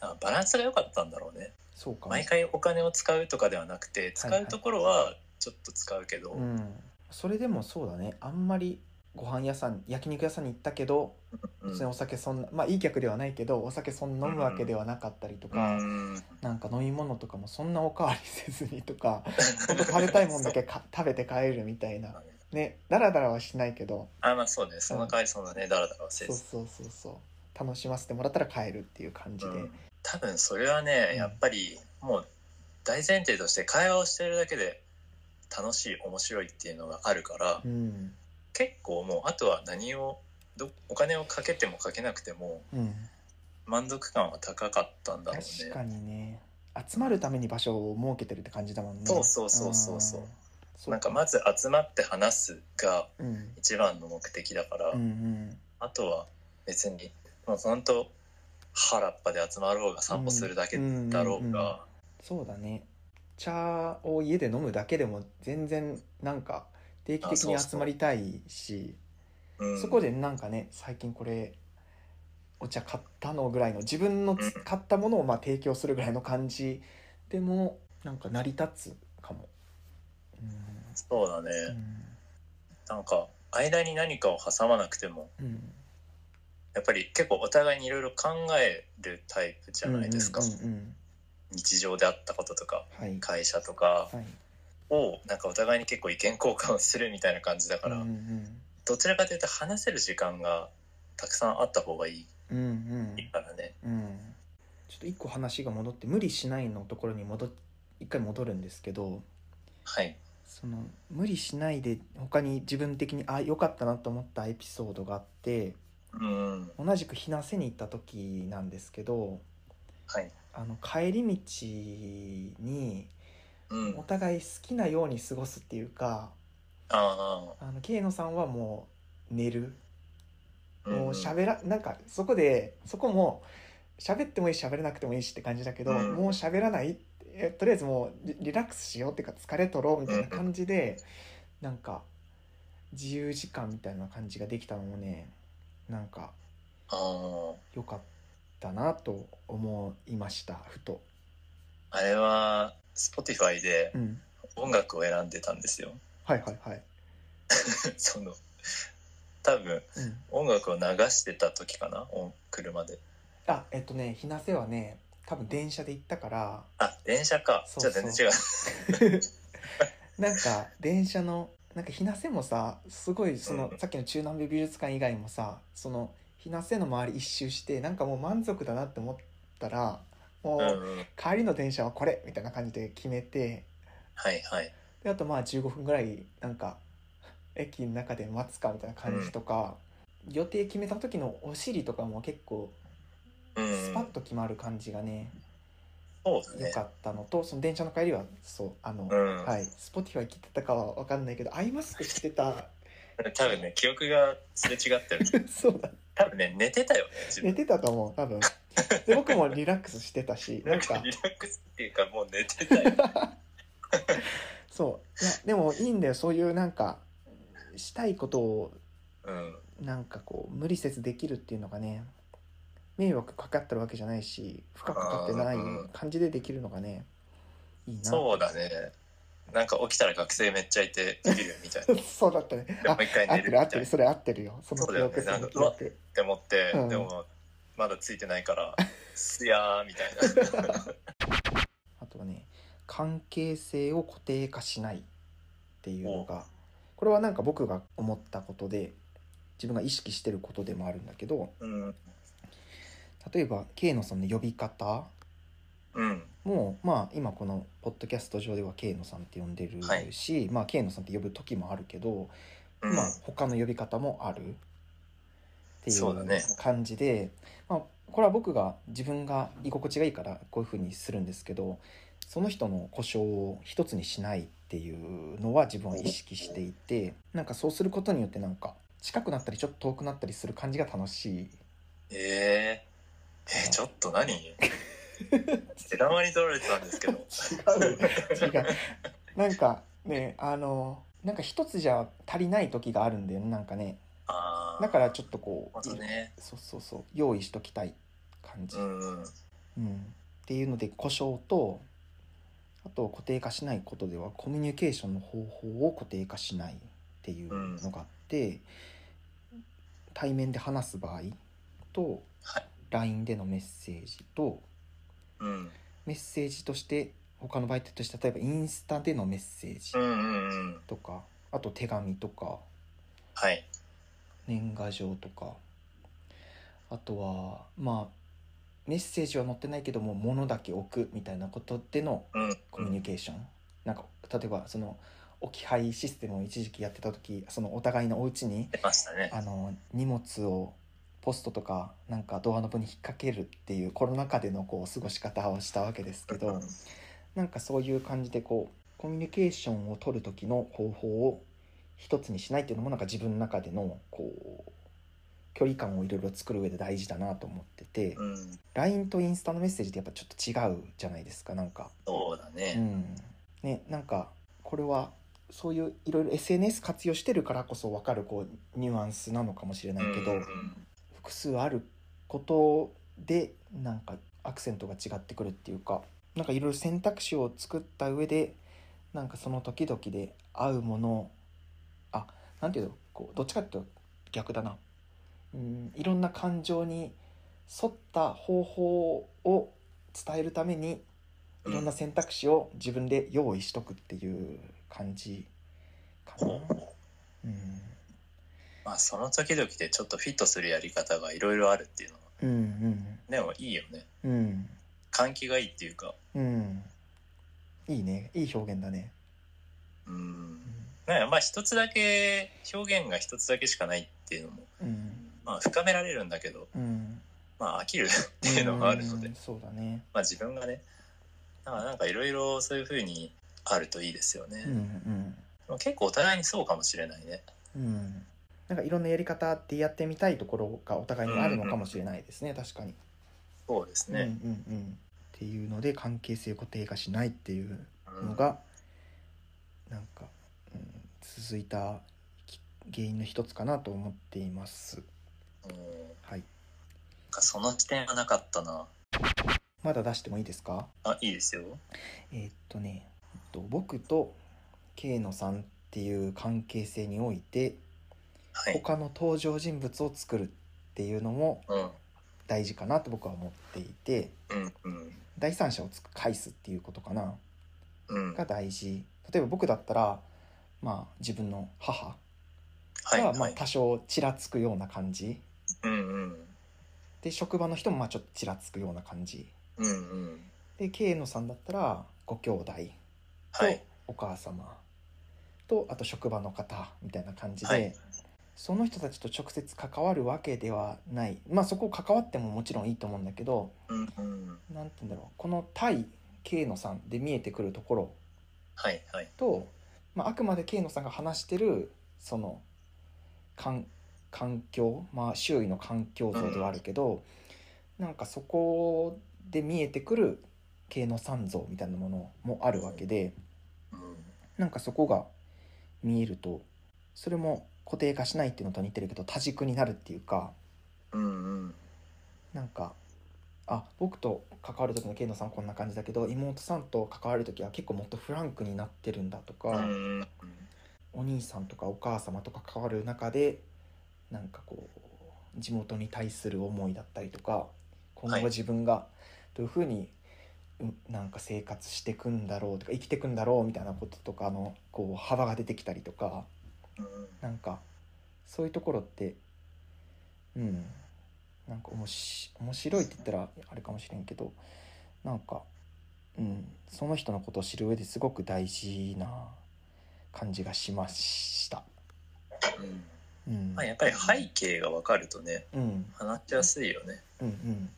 [SPEAKER 2] あバランスが良かったんだろうね
[SPEAKER 1] そうかも
[SPEAKER 2] 毎回お金を使うとかではなくて使うところはちょっと使うけど、
[SPEAKER 1] うん、それでもそうだねあんまりご飯屋さん焼肉屋さんに行ったけど
[SPEAKER 2] うん
[SPEAKER 1] 別にお酒そんなまあいい客ではないけどお酒そんな飲むわけではなかったりとか、
[SPEAKER 2] うん
[SPEAKER 1] なんか飲み物とかもそんなおかわりせずにとか本当食べたいもんだけか食べて帰るみたい
[SPEAKER 2] そう
[SPEAKER 1] な
[SPEAKER 2] だね
[SPEAKER 1] ねダラダラはしないけど
[SPEAKER 2] あまあそうねその代わりそんなねだらだら忘れ
[SPEAKER 1] そう
[SPEAKER 2] ず
[SPEAKER 1] そうそうそう楽しませてもらったら帰るっていう感じで、
[SPEAKER 2] うん多分それはね
[SPEAKER 1] うん
[SPEAKER 2] やっぱりもう大前提として会話をしてるだけで楽しい面白いっていうのがあるから、
[SPEAKER 1] うん
[SPEAKER 2] 結構もうあとは何をどお金をかけてもかけなくても
[SPEAKER 1] うん、
[SPEAKER 2] 満足感は高かったんだろうね
[SPEAKER 1] 確かにね集まるために場所を設けてるって感じだもんね
[SPEAKER 2] そうそうそうそうそうん
[SPEAKER 1] そう
[SPEAKER 2] なんかまず集まって話すが
[SPEAKER 1] うん、うん
[SPEAKER 2] 一番の目的だから、
[SPEAKER 1] うん
[SPEAKER 2] あとは別にもう本当原っぱで集まろうが散歩するだけだろうが、
[SPEAKER 1] そうだね茶を家で飲むだけでも全然なんか定期的に集まりたいし
[SPEAKER 2] うん
[SPEAKER 1] そこでなんかね最近これお茶買ったのぐらいの自分のつ
[SPEAKER 2] うん
[SPEAKER 1] 買ったものをまあ提供するぐらいの感じでもなんか成り立つかも。う
[SPEAKER 2] そうだね、
[SPEAKER 1] ん
[SPEAKER 2] なんか間に何かを挟まなくても
[SPEAKER 1] うんうん
[SPEAKER 2] やっぱり結構お互いにいろいろ考えるタイプじゃないですか、
[SPEAKER 1] うんうんうん
[SPEAKER 2] 日常であったこととか
[SPEAKER 1] はい
[SPEAKER 2] 会社とか
[SPEAKER 1] はい
[SPEAKER 2] をなんかお互いに結構意見交換をするみたいな感じだから、
[SPEAKER 1] うんうん
[SPEAKER 2] どちらかというと話せる時間がたくさんあった方がい
[SPEAKER 1] うんうん
[SPEAKER 2] いからね。
[SPEAKER 1] うんちょっと一個話が戻って無理しないのところに戻っ一回戻るんですけど
[SPEAKER 2] はい、
[SPEAKER 1] その無理しないで他に自分的にあ良かったなと思ったエピソードがあって
[SPEAKER 2] うん
[SPEAKER 1] 同じく日生に行った時なんですけど
[SPEAKER 2] はい
[SPEAKER 1] あの帰り道に
[SPEAKER 2] うん
[SPEAKER 1] お互い好きなように過ごすっていうか
[SPEAKER 2] あ
[SPEAKER 1] あの慶野さんはもう寝る
[SPEAKER 2] あ
[SPEAKER 1] もう喋らなんかそこでそこも喋ってもいいし喋れなくてもいいしって感じだけど、
[SPEAKER 2] うん
[SPEAKER 1] もう喋らないえとりあえずもうリリラックスしようっていうか疲れ取ろうみたいな感じで、なんか自由時間みたいな感じができたのもねなんか
[SPEAKER 2] あー
[SPEAKER 1] 良かったなと思いましたふと、
[SPEAKER 2] あれは Spotify で
[SPEAKER 1] うん、
[SPEAKER 2] 音楽を選んでたんですよ
[SPEAKER 1] はいはいはい、
[SPEAKER 2] その多分
[SPEAKER 1] うん、
[SPEAKER 2] 音楽を流してた時かなお車で
[SPEAKER 1] あえっとね日生はね多分電車で行った から
[SPEAKER 2] あ電車か
[SPEAKER 1] そうそう
[SPEAKER 2] じゃあ全然違う
[SPEAKER 1] なんか電車のなんか日生もさすごいその、
[SPEAKER 2] うん
[SPEAKER 1] さっきの中南米美術館以外もさその日生の周り一周してなんかもう満足だなって思ったらもう、
[SPEAKER 2] うんうん
[SPEAKER 1] 帰りの電車はこれみたいな感じで決めて
[SPEAKER 2] はいはい
[SPEAKER 1] であとまあ15分ぐらいなんか駅の中で待つかみたいな感じとか、予定決めた時のお尻とかも結構
[SPEAKER 2] うんうん
[SPEAKER 1] スパッと決まる感じがね
[SPEAKER 2] そうだ
[SPEAKER 1] 良、
[SPEAKER 2] ね
[SPEAKER 1] かったのとその電車の帰りはそうあの、
[SPEAKER 2] うん、
[SPEAKER 1] はい Spotify 聞いてたかは分かんないけどアイマスクして た
[SPEAKER 2] 多分ね記憶がすれ違ってる
[SPEAKER 1] そうだ
[SPEAKER 2] 多分ね寝てたよね自
[SPEAKER 1] 寝
[SPEAKER 2] 分
[SPEAKER 1] てたと思う多分で僕もリラックスしてたし
[SPEAKER 2] な
[SPEAKER 1] なんん
[SPEAKER 2] か
[SPEAKER 1] か
[SPEAKER 2] リラックスっていうかもう寝てた よ
[SPEAKER 1] そういやでもいいんだよそういうなんかしたいことを
[SPEAKER 2] うん
[SPEAKER 1] なんかこう無理せずできるっていうのがね迷惑かかってるわけじゃないし負荷かかってない
[SPEAKER 2] あーうん
[SPEAKER 1] 感じでできるのがねいいな
[SPEAKER 2] そうだねなんか起きたら学生めっちゃいてビるみたい な
[SPEAKER 1] そうだったね
[SPEAKER 2] でも
[SPEAKER 1] あ
[SPEAKER 2] う一回
[SPEAKER 1] 合っ
[SPEAKER 2] 寝
[SPEAKER 1] て
[SPEAKER 2] るみ
[SPEAKER 1] る合って
[SPEAKER 2] た
[SPEAKER 1] る
[SPEAKER 2] いなっ
[SPEAKER 1] それ合ってるよその記憶
[SPEAKER 2] そう
[SPEAKER 1] そ
[SPEAKER 2] だよね
[SPEAKER 1] の記
[SPEAKER 2] なんか
[SPEAKER 1] 憶
[SPEAKER 2] て思って、
[SPEAKER 1] うん
[SPEAKER 2] でもまだついてな いからすやーみたいな
[SPEAKER 1] あとはね関係性を固定化しないっていうのがこれはなんか僕が思ったことで自分が意識してることでもあるんだけど
[SPEAKER 2] うん
[SPEAKER 1] 例えば K のその呼び方
[SPEAKER 2] うん
[SPEAKER 1] もうまあ今このポッドキャスト上では K のさんって呼んでる
[SPEAKER 2] はい
[SPEAKER 1] し、まあ K のさんって呼ぶ時もあるけど、
[SPEAKER 2] うん
[SPEAKER 1] まあ他の呼び方もあるってい
[SPEAKER 2] そうだね
[SPEAKER 1] う感じで、まあこれは僕が自分が居心地がいいからこういうふうにするんですけどその人の故障を一つにしないっていうのは自分は意識していてなんかそうすることによってなんか近くなったりちょっと遠くなったりする感じが楽しい。
[SPEAKER 2] えー、えーちょっと何手玉に取られてたんですけど
[SPEAKER 1] 違う違うなんかねあのなんか一つじゃ足りない時があるんだよねなんかね
[SPEAKER 2] ああ
[SPEAKER 1] だからちょっとこ
[SPEAKER 2] ほんと
[SPEAKER 1] う、
[SPEAKER 2] ね
[SPEAKER 1] そうそうそう用意しときたい感じ、
[SPEAKER 2] う
[SPEAKER 1] うん
[SPEAKER 2] んうん
[SPEAKER 1] っていうので故障とあと固定化しないことではコミュニケーションの方法を固定化しないっていうのがあって、対面で話す場合と
[SPEAKER 2] はい
[SPEAKER 1] LINE でのメッセージと、
[SPEAKER 2] うん
[SPEAKER 1] メッセージとして他の媒体として例えばインスタでのメッセージ
[SPEAKER 2] うんうんうん
[SPEAKER 1] とか、あと手紙とか
[SPEAKER 2] はい
[SPEAKER 1] 年賀状とかあとはまあメッセージは載ってないけども物だけ置くみたいなことでの
[SPEAKER 2] うん
[SPEAKER 1] コミュニケーション、なんか例えばその置き配システムを一時期やってた時そのお互いのお家に
[SPEAKER 2] 出ましたね
[SPEAKER 1] あの荷物をポストとかなんかドアノブに引っ掛けるっていうコロナ禍でのこう過ごし方をしたわけですけ
[SPEAKER 2] う
[SPEAKER 1] ど
[SPEAKER 2] ん。
[SPEAKER 1] なんかそういう感じでこうコミュニケーションを取る時の方法を一つにしないっていうのもなんか自分の中でのこう距離感をいろいろ作る上で大事だなと思ってて、
[SPEAKER 2] うん、
[SPEAKER 1] LINE とインスタのメッセージってやっぱちょっと違うじゃないですかなんか。
[SPEAKER 2] そうだ
[SPEAKER 1] う
[SPEAKER 2] ね。
[SPEAKER 1] んね、なんかこれはそういういろいろ SNS 活用してるからこそ分かるこうニュアンスなのかもしれないけど、
[SPEAKER 2] うんうん
[SPEAKER 1] 複数あることでなんかアクセントが違ってくるっていうかなんかいろいろ選択肢を作った上でなんかその時々で合うものあなんていうのこうどっちかっていうと逆だなうんいろんな感情に沿った方法を伝えるために
[SPEAKER 2] うん
[SPEAKER 1] いろんな選択肢を自分で用意しとくっていう感じかな。
[SPEAKER 2] ほうほ
[SPEAKER 1] うん
[SPEAKER 2] うまあその時々でちょっとフィットするやり方がいろいろあるっていうのは
[SPEAKER 1] うん
[SPEAKER 2] でもいいよね
[SPEAKER 1] うんうん
[SPEAKER 2] 換気がいいっていうか
[SPEAKER 1] うん。いいね。いい表現だね。
[SPEAKER 2] う
[SPEAKER 1] うんん
[SPEAKER 2] なんかまあ一つだけ表現が一つだけしかないっていうのも
[SPEAKER 1] うん。
[SPEAKER 2] まあ深められるんだけど
[SPEAKER 1] うん。
[SPEAKER 2] まあ飽きるっていうのがあるので
[SPEAKER 1] うんそうだね。
[SPEAKER 2] まあ自分がねだからなんかいろいろそういうふうにあるといいですよね
[SPEAKER 1] う、ん
[SPEAKER 2] でも結構お互いにそうかもしれないね
[SPEAKER 1] うん。うん。なんかいろんなやり方でやってみたいところがお互いにあるのかもしれないですね。確かに。
[SPEAKER 2] そうですね、
[SPEAKER 1] うんうんうん。っていうので関係性を固定化しないっていう
[SPEAKER 2] うん
[SPEAKER 1] のが、なんか、うん、続いたき原因の一つかなと思っています。
[SPEAKER 2] うん
[SPEAKER 1] はい。
[SPEAKER 2] かその視点はなかったな
[SPEAKER 1] まだ出してもいいですか
[SPEAKER 2] あいいですよ
[SPEAKER 1] えーっとね、えっと、僕と慶野さんっていう関係性において
[SPEAKER 2] はい
[SPEAKER 1] 他の登場人物を作るっていうのも
[SPEAKER 2] うん
[SPEAKER 1] 大事かなと僕は思っていて
[SPEAKER 2] うんうん
[SPEAKER 1] 第三者をつく返すっていうことかな
[SPEAKER 2] うん
[SPEAKER 1] が大事例えば僕だったらまあ自分の母
[SPEAKER 2] はい
[SPEAKER 1] がま
[SPEAKER 2] は
[SPEAKER 1] あ
[SPEAKER 2] い
[SPEAKER 1] 多少ちらつくような感じ
[SPEAKER 2] うんうん
[SPEAKER 1] で職場の人もまあちょっとちらつくような感じ
[SPEAKER 2] うんうん
[SPEAKER 1] で慶野さんだったらご兄弟と
[SPEAKER 2] はい
[SPEAKER 1] お母様とあと職場の方みたいな感じで、
[SPEAKER 2] はい
[SPEAKER 1] その人たちと直接関わるわけではないまあそこを関わってももちろんいいと思うんだけど
[SPEAKER 2] うんうん
[SPEAKER 1] 何て言うんだろうこの対慶野さんで見えてくるところ
[SPEAKER 2] はいはい
[SPEAKER 1] と、まあ、あくまで慶野さんが話してるその環環境まあ周囲の環境像ではあるけど、なんかそこで見えてくる慶野さん像みたいなものもあるわけで。
[SPEAKER 2] うん
[SPEAKER 1] なんかそこが見えるとそれも固定化しないっていうのと似てるけど多軸になるっていうか
[SPEAKER 2] うんうん
[SPEAKER 1] なんかあ僕と関わる時のケイノさんこんな感じだけど妹さんと関わる時は結構もっとフランクになってるんだとか、
[SPEAKER 2] うんうん
[SPEAKER 1] お兄さんとかお母様と関わる中でなんかこう地元に対する思いだったりとか今
[SPEAKER 2] はい
[SPEAKER 1] 後自分がどういうふうに、うんなんか生活してくんだろうとか生きてくんだろうみたいなこととかのこう幅が出てきたりとか。
[SPEAKER 2] うん
[SPEAKER 1] なんかそういうところってうんなんかおもし面白いって言ったらあれかもしれんけどなんか、うん、その人のことを知る上ですごく大事な感じがしました。
[SPEAKER 2] うん
[SPEAKER 1] うん
[SPEAKER 2] まあやっぱり背景が分かるとね
[SPEAKER 1] うん
[SPEAKER 2] 話しやすいよね
[SPEAKER 1] うんうん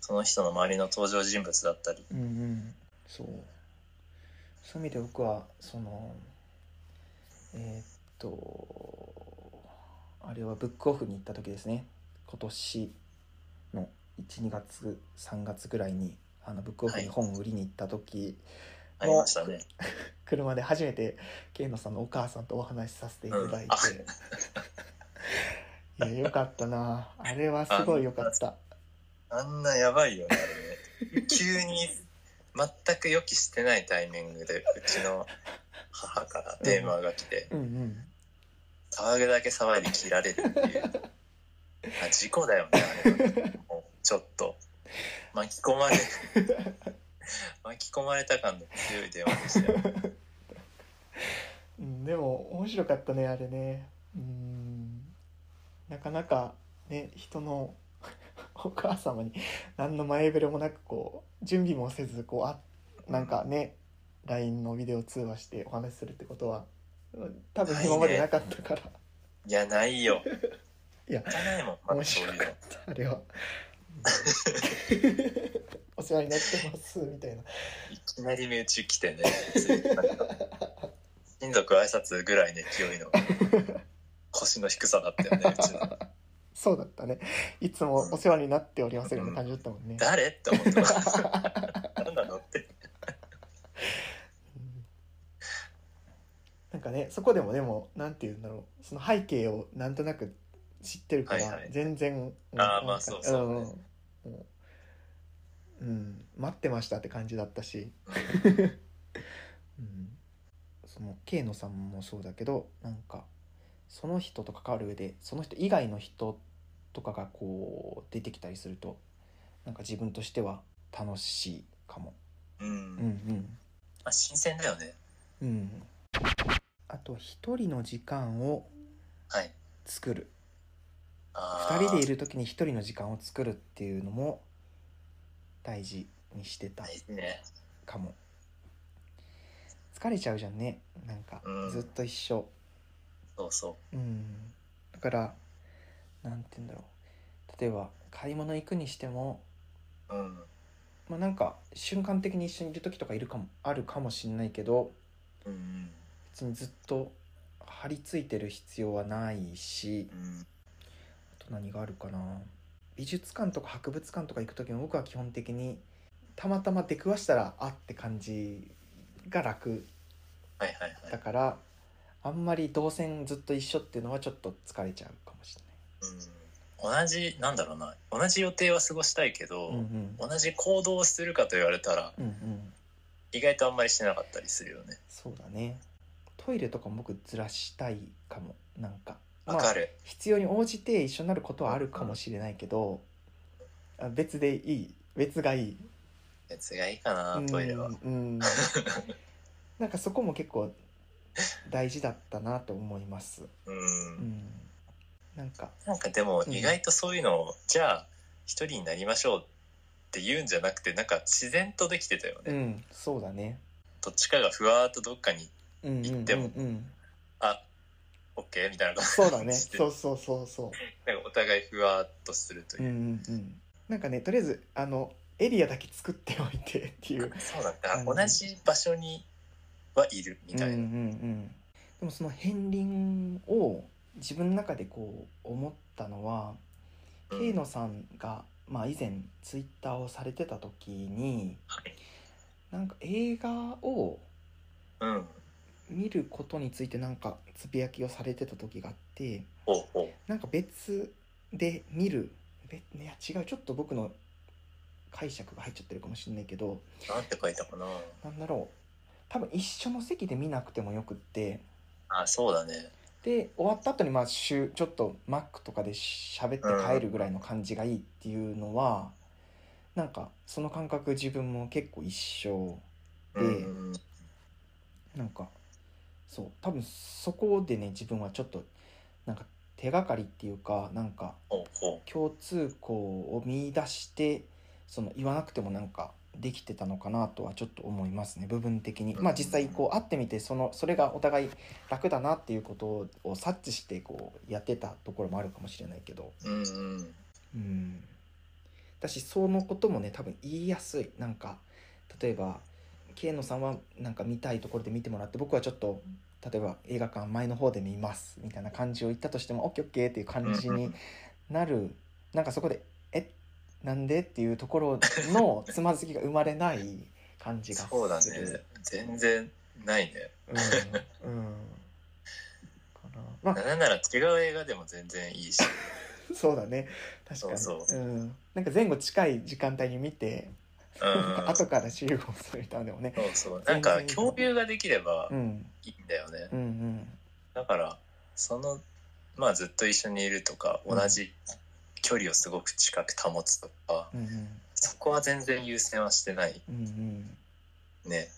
[SPEAKER 2] その人の周りの登場人物だったり
[SPEAKER 1] うんうんそうそういう意味で僕はそのえーっとあれはブックオフに行った時ですね今年の12月3月ぐらいにあのブックオフに
[SPEAKER 2] はい
[SPEAKER 1] 本を売りに行った時、
[SPEAKER 2] ありましたね
[SPEAKER 1] 車で初めて慶野さんのお母さんとお話しさせていただいて、いやよかったなあれはすごいよかった
[SPEAKER 2] あんなやばいよねあれね急に全く予期してないタイミングでうちの母から電話が来て
[SPEAKER 1] うんうん
[SPEAKER 2] 騒ぐだけ騒いで切られるっていうあ事故だよねあれはもうちょっと巻き 込まれ巻き込まれた感の強い電話でしたよ
[SPEAKER 1] うん、でも面白かったねあれねうんなかなかね人の お母様に何の前触れもなくこう準備もせずこうあなんかね LINE のビデオ通話してお話しするってことはうん多分今までなかったから、
[SPEAKER 2] いやないよ
[SPEAKER 1] いや
[SPEAKER 2] 行かないもんま
[SPEAKER 1] 面
[SPEAKER 2] だそうい
[SPEAKER 1] 白
[SPEAKER 2] う
[SPEAKER 1] か
[SPEAKER 2] の
[SPEAKER 1] ったあれは。うん お世話になってますみたいない
[SPEAKER 2] きなり身内来てね別になんか親族挨拶ぐらいの勢いの腰の低さだったよねうちの
[SPEAKER 1] そうだったねいつもお世話になっておりますみたいな感じだったもんね、
[SPEAKER 2] 誰って思って ました。何なのって。
[SPEAKER 1] なんかねそこでもでもなんて言うんだろうその背景をなんとなく知ってるから、
[SPEAKER 2] はいはい
[SPEAKER 1] 全然
[SPEAKER 2] あ
[SPEAKER 1] うん
[SPEAKER 2] ーまあ
[SPEAKER 1] なんか
[SPEAKER 2] そうそうね
[SPEAKER 1] うんもううん待ってましたって感じだったし、うん、その慶野さんもそうだけどなんかその人と関わる上でその人以外の人とかがこう出てきたりするとなんか自分としては楽しいかも。
[SPEAKER 2] うん。
[SPEAKER 1] うんうん
[SPEAKER 2] まあ新鮮だよね。
[SPEAKER 1] うん、あと一人の時間を
[SPEAKER 2] はい。
[SPEAKER 1] 作る
[SPEAKER 2] あ
[SPEAKER 1] 二人でいる
[SPEAKER 2] る。
[SPEAKER 1] 時に一人の時間を作るっていうのも大事にしてた
[SPEAKER 2] 大事ね。
[SPEAKER 1] かも疲れちゃうじゃんねなんか
[SPEAKER 2] うん
[SPEAKER 1] ずっと一緒
[SPEAKER 2] そうそう。
[SPEAKER 1] うんだからなんて言うんだろう例えば買い物行くにしても
[SPEAKER 2] うん。
[SPEAKER 1] まあなんか瞬間的に一緒にいる時とかいるかもあるかもしんないけど
[SPEAKER 2] うん
[SPEAKER 1] 別にずっと張り付いてる必要はないし
[SPEAKER 2] うん。
[SPEAKER 1] あと何があるかな美術館とか博物館とか行く時も僕は基本的にたまたま出くわしたらあって感じが楽
[SPEAKER 2] はいはいは
[SPEAKER 1] だ
[SPEAKER 2] い。
[SPEAKER 1] からあんまり動線ずっと一緒っていうのはちょっと疲れちゃうかもしれない
[SPEAKER 2] うん。同じなんだろうな同じ予定は過ごしたいけど、
[SPEAKER 1] うんうん
[SPEAKER 2] 同じ行動をするかと言われたら
[SPEAKER 1] うんうん
[SPEAKER 2] 意外とあんまりしてなかったりするよね
[SPEAKER 1] そうだねトイレとかも僕ずらしたいかもなんか
[SPEAKER 2] わかる、
[SPEAKER 1] 必要に応じて一緒になることはあるかもしれないけど、あ別でいい別がいい
[SPEAKER 2] やつがいいかなトイレは
[SPEAKER 1] うんうんなんかそこも結構大事だったなと思います、
[SPEAKER 2] うん、
[SPEAKER 1] うん、なんか
[SPEAKER 2] なんかでも
[SPEAKER 1] うん
[SPEAKER 2] 意外とそういうのを、じゃあ一人になりましょうって言うんじゃなくてなんか自然とできてたよね、
[SPEAKER 1] うんそうだね
[SPEAKER 2] どっちかがふわーっとどっかに
[SPEAKER 1] うんうん
[SPEAKER 2] 行っ
[SPEAKER 1] う
[SPEAKER 2] て
[SPEAKER 1] ん、う
[SPEAKER 2] も
[SPEAKER 1] ん、
[SPEAKER 2] あオッケーみたいな感じ
[SPEAKER 1] そうだね
[SPEAKER 2] して
[SPEAKER 1] そうそうそうそ
[SPEAKER 2] なんかお互いふわーっとすると
[SPEAKER 1] うう
[SPEAKER 2] い
[SPEAKER 1] ん
[SPEAKER 2] う、
[SPEAKER 1] うんうんなんかねとりあえずあのエリアだけ作っておい てっていう
[SPEAKER 2] そうだった、
[SPEAKER 1] うん
[SPEAKER 2] 同じ場所にはいるみたいな、
[SPEAKER 1] うんうんうん、でもその片鱗を自分の中でこう思ったのは
[SPEAKER 2] うん
[SPEAKER 1] 慶野さんが、まあ、以前ツイッターをされてた時に
[SPEAKER 2] はい
[SPEAKER 1] なんか映画を
[SPEAKER 2] うん
[SPEAKER 1] 見ることについてなんかつぶやきをされてた時があって
[SPEAKER 2] ほうほ
[SPEAKER 1] なんか別で見る別いや違うちょっと僕の解釈が入っちゃってるかもしれないけど
[SPEAKER 2] うなんて書いたかな
[SPEAKER 1] なんだろう多分一緒の席で見なくてもよくって
[SPEAKER 2] あそうだね
[SPEAKER 1] で終わった後にまあ週ちょっとマックとかで喋って帰るぐらいの感じがいいっていうのは、なんかその感覚自分も結構一緒で
[SPEAKER 2] うん
[SPEAKER 1] なんかそう多分そこでね自分はちょっとなんか手がかりっていうかなんか
[SPEAKER 2] ほうほ
[SPEAKER 1] 共通項を見出してその言わなくてもなんかできてたのかなとはちょっと思いますね部分的に。まあ実際こう会ってみてそのそれがお互い楽だなっていうことを察知してこうやってたところもあるかもしれないけど。
[SPEAKER 2] ううんうん
[SPEAKER 1] うんだしそのこともね多分言いやすいなんか例えば慶野さんはなんか見たいところで見てもらって僕はちょっと例えば映画館前の方で見ますみたいな感じを言ったとしても OKOK っていう感じになるなんかそこで「えなんで?」っていうところ のつまずきが生まれない感じがする。
[SPEAKER 2] そうだね全然ないね
[SPEAKER 1] うん、うんかなまあ
[SPEAKER 2] なんなら違う映画でも全然いいし
[SPEAKER 1] そうだね確かに
[SPEAKER 2] そうそ
[SPEAKER 1] ん、なんか前後近い時間帯に見て、
[SPEAKER 2] う ん
[SPEAKER 1] 後から集合する人でもね、
[SPEAKER 2] そうそうなんか共有ができれば
[SPEAKER 1] うん、
[SPEAKER 2] いいんだよね、
[SPEAKER 1] うんうん
[SPEAKER 2] だからそのまあずっと一緒にいるとか
[SPEAKER 1] うん
[SPEAKER 2] 同じ距離をすごく近く保つとか、
[SPEAKER 1] うん
[SPEAKER 2] そこは全然優先はしてない
[SPEAKER 1] うんうんうん
[SPEAKER 2] ね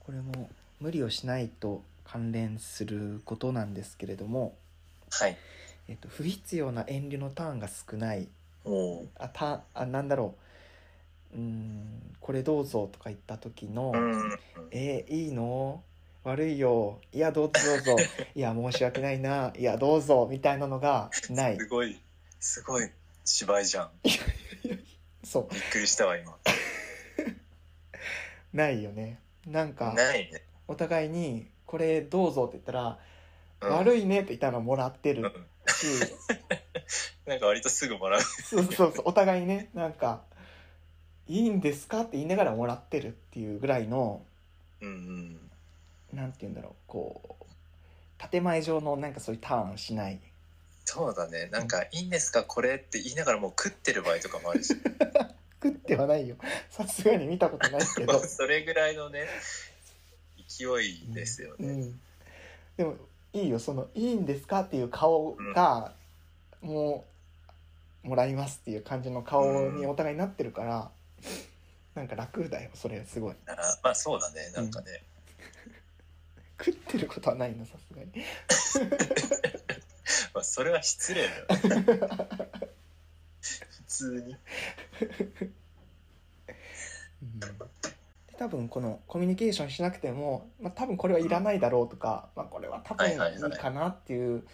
[SPEAKER 1] これも無理をしないと関連することなんですけれども、
[SPEAKER 2] はい
[SPEAKER 1] えっと、不必要な遠慮のターンが少ない
[SPEAKER 2] おう
[SPEAKER 1] あたあなんだろううんこれどうぞとか言った時の、
[SPEAKER 2] うん
[SPEAKER 1] えーいいの悪いよいやどうぞどうぞ いや申し訳ないないやどうぞみたいなのがない
[SPEAKER 2] すごいすごい芝居じゃん
[SPEAKER 1] そ
[SPEAKER 2] びっくりしたわ今
[SPEAKER 1] うないよねなんか
[SPEAKER 2] ないね、
[SPEAKER 1] お互いに「これどうぞ」って言ったら「
[SPEAKER 2] うん
[SPEAKER 1] 悪いね」って言ったらもらってる
[SPEAKER 2] うん
[SPEAKER 1] し
[SPEAKER 2] なんか割とすぐもらう
[SPEAKER 1] そうそうそうお互いねなんか「いいんですか?」って言いながらもらってるっていうぐらいの
[SPEAKER 2] うんうん
[SPEAKER 1] なんて言うんだろうこう建前上のなんかそういうターンしない
[SPEAKER 2] そうだねなんか「いいんですかこれ」って言いながらもう食ってる場合とかもある し
[SPEAKER 1] 食ってはないよ さすがに見たことないけど
[SPEAKER 2] それぐらいのね勢いですよ
[SPEAKER 1] う
[SPEAKER 2] ね、
[SPEAKER 1] ん、でもいいよその「いいんですか?」っていう顔が、もうもらいますっていう感じの顔にお互いなってるから、なんか楽だよそれすごい
[SPEAKER 2] あまあそうだねなんかね、
[SPEAKER 1] 食ってることはないのさすがに
[SPEAKER 2] まあそれは失礼だよね 普通に
[SPEAKER 1] で多分このコミュニケーションしなくても、まあ、多分これはいらないだろうとか、まあ、これは多分い
[SPEAKER 2] はいはいはい
[SPEAKER 1] いかなっていう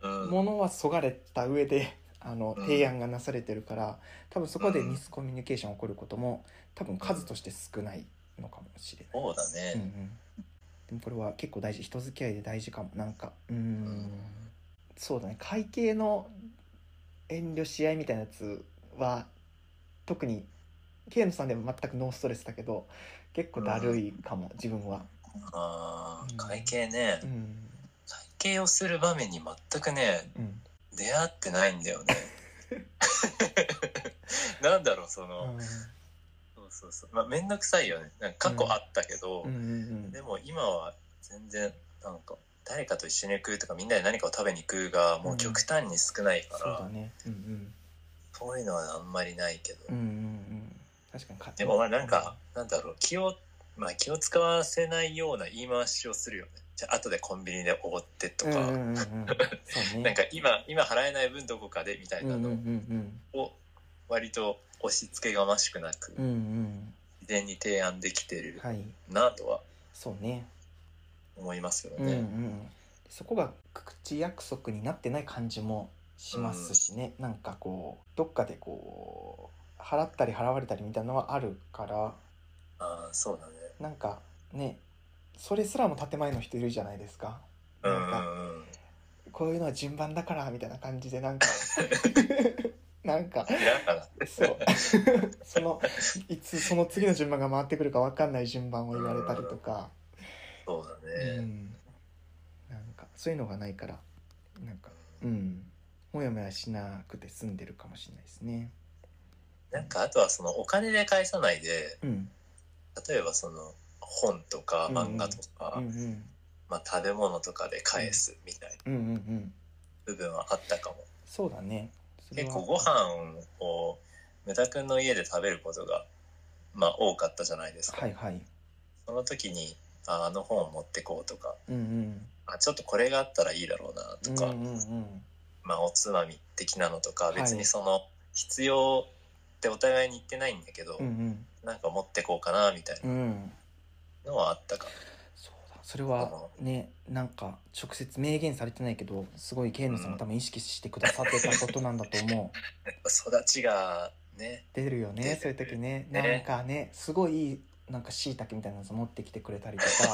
[SPEAKER 2] うん
[SPEAKER 1] ものはそがれた上であの
[SPEAKER 2] うん
[SPEAKER 1] 提案がなされてるから多分そこで
[SPEAKER 2] うん
[SPEAKER 1] ミスコミュニケーション起こることも多分数として少ないのかもしれない。
[SPEAKER 2] そうだ
[SPEAKER 1] うんう
[SPEAKER 2] ね、
[SPEAKER 1] ん、でもこれは結構大事人付き合いで大事かもなんかうーん
[SPEAKER 2] うん
[SPEAKER 1] そうだね会計の遠慮し合いみたいなやつは特にケイノさんでも全くノーストレスだけど結構だるいかも、自分は。
[SPEAKER 2] ああ
[SPEAKER 1] うん
[SPEAKER 2] 会計ね、
[SPEAKER 1] うん
[SPEAKER 2] 会計をする場面に全くね
[SPEAKER 1] うん
[SPEAKER 2] 出会ってないんだ よねなんだろうその、そうそうそうまあ面倒くさいよねなんか過去あったけど、
[SPEAKER 1] うんうん
[SPEAKER 2] でも今は全然なんか誰かと一緒に行くとかみんなで何かを食べに行くがもう極端に少ないか
[SPEAKER 1] そう
[SPEAKER 2] ら、
[SPEAKER 1] だねうん
[SPEAKER 2] そういうのはあんまりないけど、
[SPEAKER 1] うんうんうんうん確かに勝手
[SPEAKER 2] でもまあなんか、なんだろう気をまあ気を使わせないような言い回しをするよねじゃあ後でコンビニでおごってとか、
[SPEAKER 1] うんうんうんうん、そうね
[SPEAKER 2] なんか今今払えない分どこかでみたい
[SPEAKER 1] うんう
[SPEAKER 2] なん
[SPEAKER 1] う
[SPEAKER 2] の
[SPEAKER 1] ん
[SPEAKER 2] を割と押し付けがましくなく
[SPEAKER 1] うんうん
[SPEAKER 2] 自然に提案できてる
[SPEAKER 1] はい
[SPEAKER 2] なとは
[SPEAKER 1] そうね
[SPEAKER 2] 思いますよ
[SPEAKER 1] うんう
[SPEAKER 2] ね。
[SPEAKER 1] んそこが口約束になってない感じもしますしね、なんかこうどっかでこう払ったり払われたりみたいなのはあるから
[SPEAKER 2] ああそうだね。
[SPEAKER 1] なんかねそれすらも建前の人いるじゃないですか。
[SPEAKER 2] う
[SPEAKER 1] なん
[SPEAKER 2] ん
[SPEAKER 1] か
[SPEAKER 2] うんうん。
[SPEAKER 1] こういうのは順番だからみたいな感じで なんかなんか
[SPEAKER 2] 嫌かな。
[SPEAKER 1] そう そのいつその次の順番が回ってくるかわかんない順番を言われたりとか、
[SPEAKER 2] そう
[SPEAKER 1] う
[SPEAKER 2] だね。
[SPEAKER 1] ん、なんかそういうのがないからなんかうんもやもやしなくて済んでるかもしれないですね。
[SPEAKER 2] なんかあとはそのお金で返さないで
[SPEAKER 1] うん
[SPEAKER 2] 例えばその本とか
[SPEAKER 1] うんうん
[SPEAKER 2] 漫画とか、
[SPEAKER 1] うんうん
[SPEAKER 2] まあ、食べ物とかで返すみたいな
[SPEAKER 1] うんうんうん
[SPEAKER 2] 部分はあったかも。
[SPEAKER 1] そうだね。それは
[SPEAKER 2] 結構ご飯を無駄くんの家で食べることが、まあ、多かったじゃないですか。
[SPEAKER 1] はいはい。
[SPEAKER 2] その時にああの本を持ってこうとか
[SPEAKER 1] うんうん。
[SPEAKER 2] あちょっとこれがあったらいいだろうなとか、
[SPEAKER 1] うんうんうん。
[SPEAKER 2] まあ、おつまみ的なのとか
[SPEAKER 1] はい
[SPEAKER 2] 別にその必要ってお互いに言ってないんだけど、
[SPEAKER 1] うん
[SPEAKER 2] なんか持ってこうかなみたい
[SPEAKER 1] うん。うん。
[SPEAKER 2] なのはあったか
[SPEAKER 1] そうだ。それはね、なんか直接明言されてないけど、すごいケイヌさんも多分意識してくださってたことなんだと思う。
[SPEAKER 2] やっぱ育ちがね
[SPEAKER 1] 出るよ
[SPEAKER 2] 出
[SPEAKER 1] ね
[SPEAKER 2] る、
[SPEAKER 1] そういう時ね。
[SPEAKER 2] ね
[SPEAKER 1] なんかね、すごいいいなんか椎茸みたいなやつ持ってきてくれたりとか。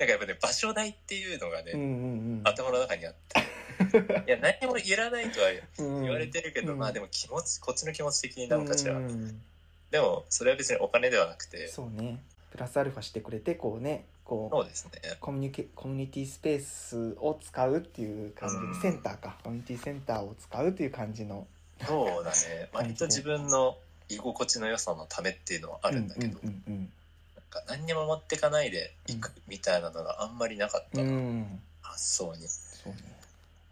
[SPEAKER 2] なんかやっぱね場所代っていうのがね、
[SPEAKER 1] うんうんうん。
[SPEAKER 2] 頭の中にあって いや何もいらないとは
[SPEAKER 1] 言
[SPEAKER 2] 言われてるけど、
[SPEAKER 1] うん
[SPEAKER 2] まあでも気持ちこっちの気持ち的になんかじゃあ、
[SPEAKER 1] うんうん
[SPEAKER 2] でもそれは別にお金ではなくてそ
[SPEAKER 1] そうねプラスアルファしてくれてこうねこう
[SPEAKER 2] うですね
[SPEAKER 1] コミュニケコミュニティスペースを使うっていう感じ、
[SPEAKER 2] うん
[SPEAKER 1] センターかコミュニティセンターを使うっていう感じの
[SPEAKER 2] そうだね割と自分の居心地の良さのためっていうのはあるんだけど、
[SPEAKER 1] うんうん
[SPEAKER 2] なんか何にも持ってかないで行くみたいなのがあんまりなかっ
[SPEAKER 1] うん
[SPEAKER 2] た、
[SPEAKER 1] うん、
[SPEAKER 2] な
[SPEAKER 1] うん、
[SPEAKER 2] 発想に
[SPEAKER 1] そうね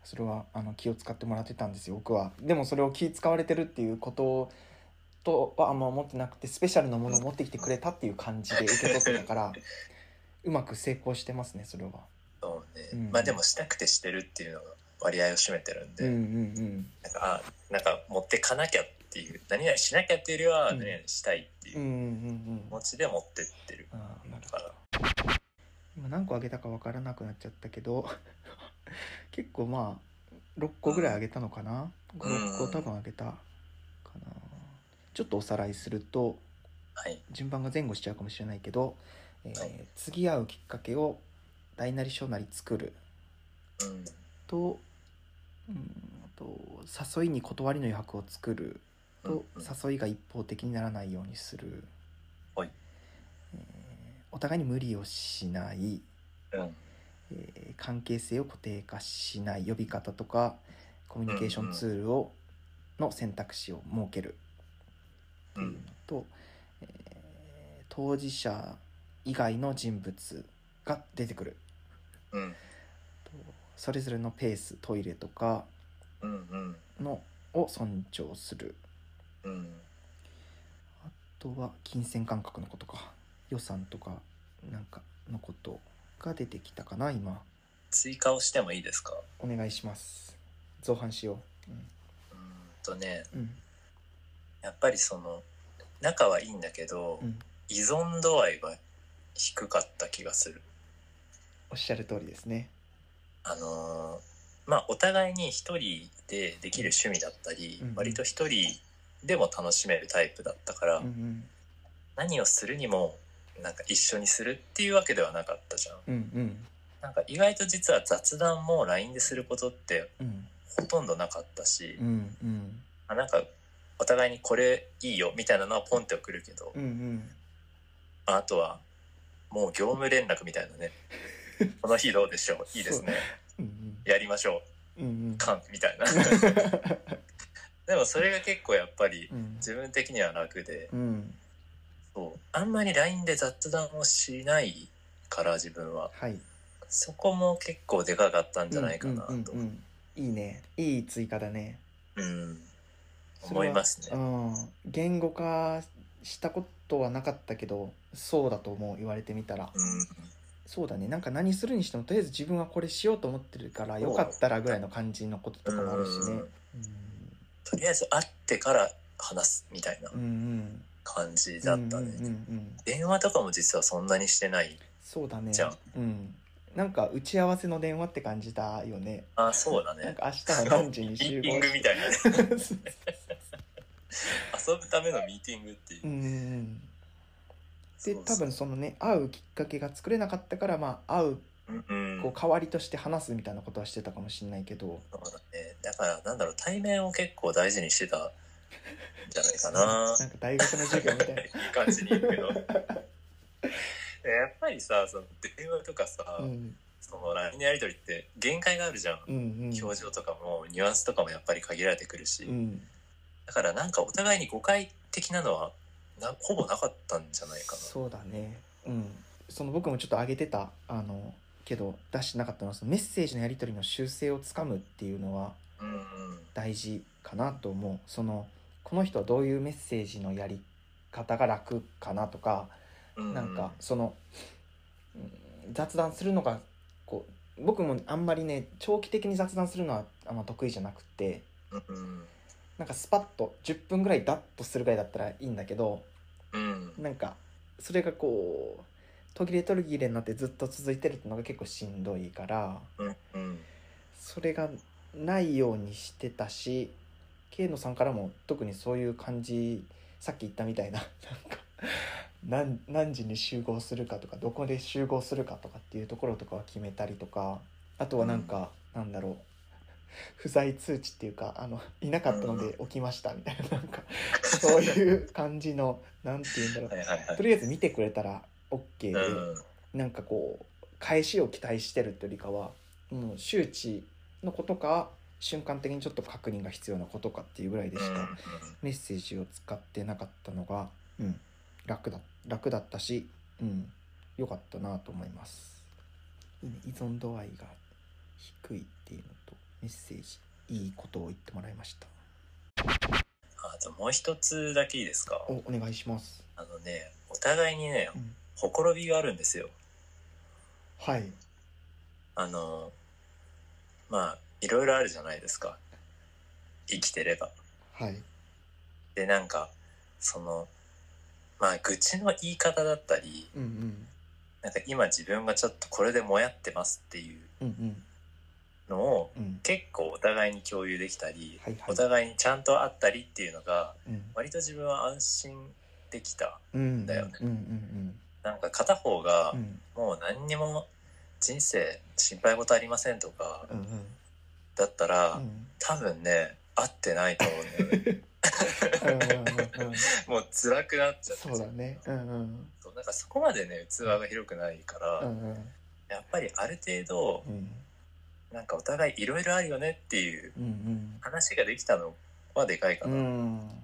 [SPEAKER 1] それはあの気を使ってもらってたんですよ僕はでもそれを気使われてるっていうこととはあんま思ってなくてスペシャルなものを持ってきてくれたっていう感じで受け取ってたから うまく成功してますねそれは
[SPEAKER 2] そうね、
[SPEAKER 1] うん
[SPEAKER 2] まあでもしたくてしてるっていうのが割合を占めてるんで、
[SPEAKER 1] うんうん
[SPEAKER 2] なんかあなんか持ってかなきゃっていう何々しなきゃっていうよりは
[SPEAKER 1] うん
[SPEAKER 2] 何々したいってい
[SPEAKER 1] うんうんう
[SPEAKER 2] うん
[SPEAKER 1] うん
[SPEAKER 2] 気持ちで持ってってる
[SPEAKER 1] ああなるほ
[SPEAKER 2] か
[SPEAKER 1] ど
[SPEAKER 2] ら、
[SPEAKER 1] 今何個あげたか分からなくなっちゃったけど 結構まあ6個ぐらいあげたのかな56個
[SPEAKER 2] うん
[SPEAKER 1] 多分あげたかなちょっとおさらいすると
[SPEAKER 2] はい
[SPEAKER 1] 順番が前後しちゃうかもしれないけど、えー
[SPEAKER 2] はい
[SPEAKER 1] 次会うきっかけを大なり小なり作る
[SPEAKER 2] うん
[SPEAKER 1] とうんと誘いに断りの余白を作ると
[SPEAKER 2] うん
[SPEAKER 1] 誘いが一方的にならないようにする、
[SPEAKER 2] はい
[SPEAKER 1] えーお互いに無理をしない
[SPEAKER 2] うん
[SPEAKER 1] えー関係性を固定化しない呼び方とかコミュニケーションツールを、の選択肢を設けると
[SPEAKER 2] う
[SPEAKER 1] いうんのと、えー当事者以外の人物が出てくる
[SPEAKER 2] うん
[SPEAKER 1] とそれぞれのペーストイレとか
[SPEAKER 2] うんうん
[SPEAKER 1] のを尊重する
[SPEAKER 2] うん
[SPEAKER 1] あとは金銭感覚のことか予算とかなんかのことが出てきたかな今
[SPEAKER 2] 追加をしてもいいですか
[SPEAKER 1] お願いします造反しよう、
[SPEAKER 2] うーんとね
[SPEAKER 1] うん
[SPEAKER 2] やっぱりその仲はいいんだけど、
[SPEAKER 1] うんうん、
[SPEAKER 2] 依存度合いは低かった気がする
[SPEAKER 1] おっしゃる通りですね
[SPEAKER 2] あのーまあお互いに一人でできる趣味だったり、
[SPEAKER 1] うん
[SPEAKER 2] 割と一人でも楽しめるタイプだったから、
[SPEAKER 1] うん
[SPEAKER 2] 何をするにもなんか一緒にするっていうわけではなかったじゃん
[SPEAKER 1] うんうん
[SPEAKER 2] なんか意外と実は雑談も LINE ですることって
[SPEAKER 1] うん
[SPEAKER 2] ほとんどなかったし、
[SPEAKER 1] うんうんうん
[SPEAKER 2] あなんかお互いにこれいいよみたいなのはポンって送るけど、
[SPEAKER 1] うんうん
[SPEAKER 2] まああとはもう業 務連絡みたいなねこの日どうでしょういいですね
[SPEAKER 1] うん
[SPEAKER 2] やりましょう
[SPEAKER 1] うん
[SPEAKER 2] 感み たいなでもそれが結構やっぱり
[SPEAKER 1] うん
[SPEAKER 2] 自分的には楽で
[SPEAKER 1] うん
[SPEAKER 2] そうあんまり LINE で雑談をしないから自分は
[SPEAKER 1] はい
[SPEAKER 2] そこも結構でかかったんじゃないかなと、
[SPEAKER 1] うんうんうんうんいいねいい追加だね
[SPEAKER 2] うん
[SPEAKER 1] それは
[SPEAKER 2] 思いますね
[SPEAKER 1] うん言語化したことはなかったけどそうだと思う言われてみたら
[SPEAKER 2] うん
[SPEAKER 1] そうだねなんか何するにしてもとりあえず自分はこれしようと思ってるからよかったらぐらいの感じのこととかもあるしね
[SPEAKER 2] とりあえず会ってから話すみたいな
[SPEAKER 1] うんうん
[SPEAKER 2] 感じだったね、
[SPEAKER 1] うんうんうん
[SPEAKER 2] 電話とかも実はそんなにしてない
[SPEAKER 1] そうだね
[SPEAKER 2] じゃあ
[SPEAKER 1] うんなんか打ち合わせの電話って感じだよね
[SPEAKER 2] あそうだ
[SPEAKER 1] なん
[SPEAKER 2] ね
[SPEAKER 1] か明日は何時に
[SPEAKER 2] ミ
[SPEAKER 1] 集
[SPEAKER 2] ーティン
[SPEAKER 1] 合
[SPEAKER 2] グ みたいなね遊ぶためのミーティングっていう う、
[SPEAKER 1] んうんうんで
[SPEAKER 2] そう
[SPEAKER 1] 多分そのね会うきっかけが作れなかったからまあ会う
[SPEAKER 2] うんうん
[SPEAKER 1] こう代わりとして話すみたいなことはしてたかもしれないけど
[SPEAKER 2] そうだね。だから、なんだろう、対面を結構大事にしてたんじゃないかな。
[SPEAKER 1] なんか大学の授業みたい な
[SPEAKER 2] いい感じに言うけど。で やっぱりさ、その電話とかさ、
[SPEAKER 1] うん
[SPEAKER 2] その LINE のやり取りって限界があるじゃん。
[SPEAKER 1] うんうん
[SPEAKER 2] 表情とかもニュアンスとかもやっぱり限られてくるし、
[SPEAKER 1] うん
[SPEAKER 2] だからなんかお互いに誤解的なのはなほぼなかったんじゃないか
[SPEAKER 1] そうだねうんその僕もちょっと上げてたあのけど出してなかったのはそのメッセージのやり取りの修正をつかむっていうのは
[SPEAKER 2] な。うんうん
[SPEAKER 1] 大事かなと思うそのこの人はどういうメッセージのやり方が楽かなとか
[SPEAKER 2] うう
[SPEAKER 1] なんかそのうん雑談するのがこう僕もあんまりね長期的に雑談するのはあんま得意じゃなくて
[SPEAKER 2] うんうん
[SPEAKER 1] なんかスパッと10分ぐらいダッとするぐらいだったらいいんだけど
[SPEAKER 2] うん
[SPEAKER 1] なんかそれがこう途切れ途切れになってずっと続いてるってのが結構しんどいから
[SPEAKER 2] うんうん
[SPEAKER 1] それがないようにしてたし慶野さんからも特にそういう感じさっき言ったみたいな なんか何何時に集合するかとかどこで集合するかとかっていうところとかは決めたりとかあとはなんか、なんだろう不在通知っていうかあのいなかったので起きましたみたいななんかそういう感じのなんて言うんだろう
[SPEAKER 2] はいはいはい
[SPEAKER 1] とりあえず見てくれたら OK で、
[SPEAKER 2] うん
[SPEAKER 1] なんかこう返しを期待してるというよりかはもう周知のことか瞬間的にちょっと確認が必要なことかっていうぐらいでし
[SPEAKER 2] うん
[SPEAKER 1] かメッセージを使ってなかったのが、うん、楽だ楽だったし、うん、良かったなと思いますいいね依存度合いが低いっていうのとメッセージいいことを言ってもらいました
[SPEAKER 2] あともう一つだけいいですか
[SPEAKER 1] おお願いします、
[SPEAKER 2] あのねお互いにね
[SPEAKER 1] うん、
[SPEAKER 2] ほころびがあるんですよ
[SPEAKER 1] はい
[SPEAKER 2] あのまあいろいろあるじゃないですか生きてれば
[SPEAKER 1] はい
[SPEAKER 2] でなんかそのまあ愚痴の言い方だったり
[SPEAKER 1] うんうん
[SPEAKER 2] なんか今自分がちょっとこれでもやってますっていう
[SPEAKER 1] うんうん
[SPEAKER 2] のを
[SPEAKER 1] うん
[SPEAKER 2] 結構お互いに共有できたり
[SPEAKER 1] はいはい
[SPEAKER 2] お互いにちゃんと会ったりっていうのが
[SPEAKER 1] うん
[SPEAKER 2] 割と自分は安心できた
[SPEAKER 1] うん
[SPEAKER 2] だよね
[SPEAKER 1] うんうん
[SPEAKER 2] なんか片方が
[SPEAKER 1] うんうん
[SPEAKER 2] もう何にも人生心配事ありませんとか
[SPEAKER 1] うん
[SPEAKER 2] だったら、
[SPEAKER 1] うん
[SPEAKER 2] 多分ね合ってないと思うんだよ ね
[SPEAKER 1] うんうん
[SPEAKER 2] もう辛くなっちゃって
[SPEAKER 1] そうだねうんうん
[SPEAKER 2] そうなんかそこまでね器が広くないから、
[SPEAKER 1] うんうん
[SPEAKER 2] やっぱりある程度
[SPEAKER 1] うん
[SPEAKER 2] なんかお互いいろいろあるよねっていう
[SPEAKER 1] うん
[SPEAKER 2] 話ができたのはでかいか
[SPEAKER 1] う
[SPEAKER 2] な、うん
[SPEAKER 1] んうん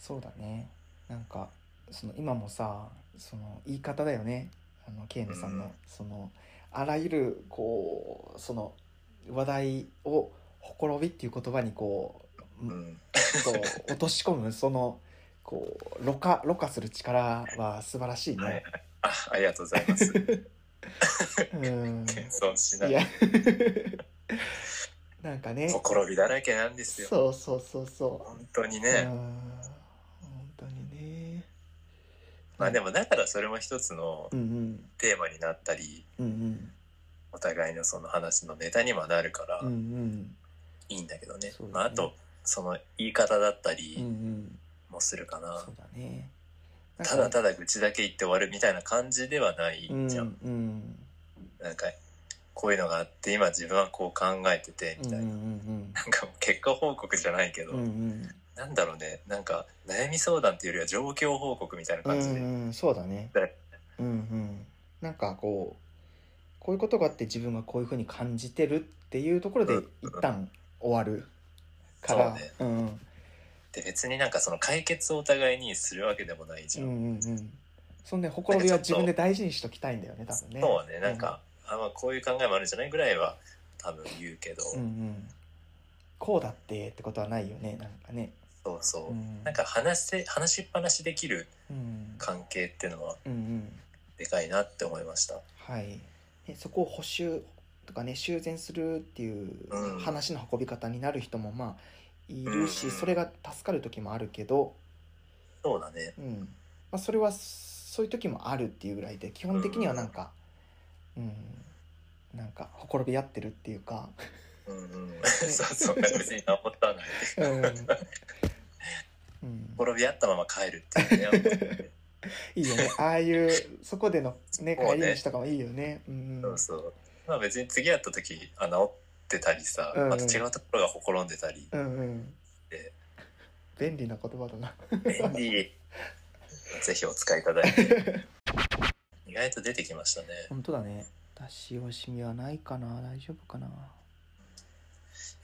[SPEAKER 1] そうだねなんかその今もさその言い方だよねあのケイムさん
[SPEAKER 2] う
[SPEAKER 1] の
[SPEAKER 2] ん
[SPEAKER 1] そのあらゆるこうその話題を「ほころび」っていう言葉にこう
[SPEAKER 2] うん
[SPEAKER 1] こう落とし込むそのこうろ過ろ過する力は素晴らしい
[SPEAKER 2] はいは
[SPEAKER 1] ね。
[SPEAKER 2] いあありがとうございます
[SPEAKER 1] うん
[SPEAKER 2] 謙遜しないい
[SPEAKER 1] や なんかね
[SPEAKER 2] ほころびだらけなんですよ
[SPEAKER 1] そうそうそうそ
[SPEAKER 2] 本当に
[SPEAKER 1] う、うん
[SPEAKER 2] ね、
[SPEAKER 1] 本当にね
[SPEAKER 2] まあでもだからそれも一つの
[SPEAKER 1] うんうん
[SPEAKER 2] テーマになったり
[SPEAKER 1] うん
[SPEAKER 2] お互いのその話のネタにもなるから
[SPEAKER 1] うんうんうん
[SPEAKER 2] いいんだけどね,、
[SPEAKER 1] そうだね
[SPEAKER 2] まあ、あとその言い方だった
[SPEAKER 1] うんう
[SPEAKER 2] り
[SPEAKER 1] ん
[SPEAKER 2] もするかな、
[SPEAKER 1] そうだねなんか
[SPEAKER 2] ただただ愚痴だけ言って終わるみたいな感じではないじゃん、
[SPEAKER 1] うんうん
[SPEAKER 2] なんかこういうのがあって今自分はこう考えててみたいな、
[SPEAKER 1] うんうん
[SPEAKER 2] なんかもう結果報告じゃないけど、
[SPEAKER 1] うんうん
[SPEAKER 2] なんだろうねなんか悩み相談っていうよりは状況報告みたいな
[SPEAKER 1] うん
[SPEAKER 2] 感じで、
[SPEAKER 1] うんそうだね
[SPEAKER 2] だよね
[SPEAKER 1] うんうんなんかこうこういうことがあって自分がこういうふうに感じてるっていうところで
[SPEAKER 2] うん
[SPEAKER 1] 一旦終わるから、
[SPEAKER 2] そうね
[SPEAKER 1] うんうん
[SPEAKER 2] で別になんかその解決をお互いにするわけでもないじ
[SPEAKER 1] う
[SPEAKER 2] ゃ
[SPEAKER 1] んう
[SPEAKER 2] ん、
[SPEAKER 1] んそんでほころびは自分で大事にしときたいんだよね多分ね
[SPEAKER 2] そうねなんか、あまあこういう考えもあるんじゃないぐらいは多分言うけど、
[SPEAKER 1] うんうんこうだってってことはないよねなんかね
[SPEAKER 2] そうそう、
[SPEAKER 1] うん
[SPEAKER 2] なんか話せ話しっぱなしできる
[SPEAKER 1] うん
[SPEAKER 2] 関係っていうのは
[SPEAKER 1] うんうん
[SPEAKER 2] でかいなって思いました
[SPEAKER 1] はい、ねそこを補修とかね修繕するっていう
[SPEAKER 2] うん
[SPEAKER 1] 話の運び方になる人もまあいるし、
[SPEAKER 2] うんうん
[SPEAKER 1] それが助かる時もあるけど、
[SPEAKER 2] そうだね
[SPEAKER 1] うんまあ、それはそういう時もあるっていうぐらいで基本的にはなんかうん、なんかほころび合ってるっていうか、
[SPEAKER 2] うん うんそうそう別に何もったない
[SPEAKER 1] うんうん
[SPEAKER 2] 転び合ったまま帰るっていう ね
[SPEAKER 1] いいよねああいうそこでの、ね、
[SPEAKER 2] そうね
[SPEAKER 1] 帰り道とかもいいよね。うん
[SPEAKER 2] そうそうまあ別に次会った時あ治ってたりさ、
[SPEAKER 1] うんうん
[SPEAKER 2] また違うところがほころんでた り
[SPEAKER 1] うんうん
[SPEAKER 2] で
[SPEAKER 1] 便利な言葉だな。
[SPEAKER 2] 便利ぜひお使いいただいて意外と出てきましたね
[SPEAKER 1] 本当だね出し惜しみはないかな大丈夫かな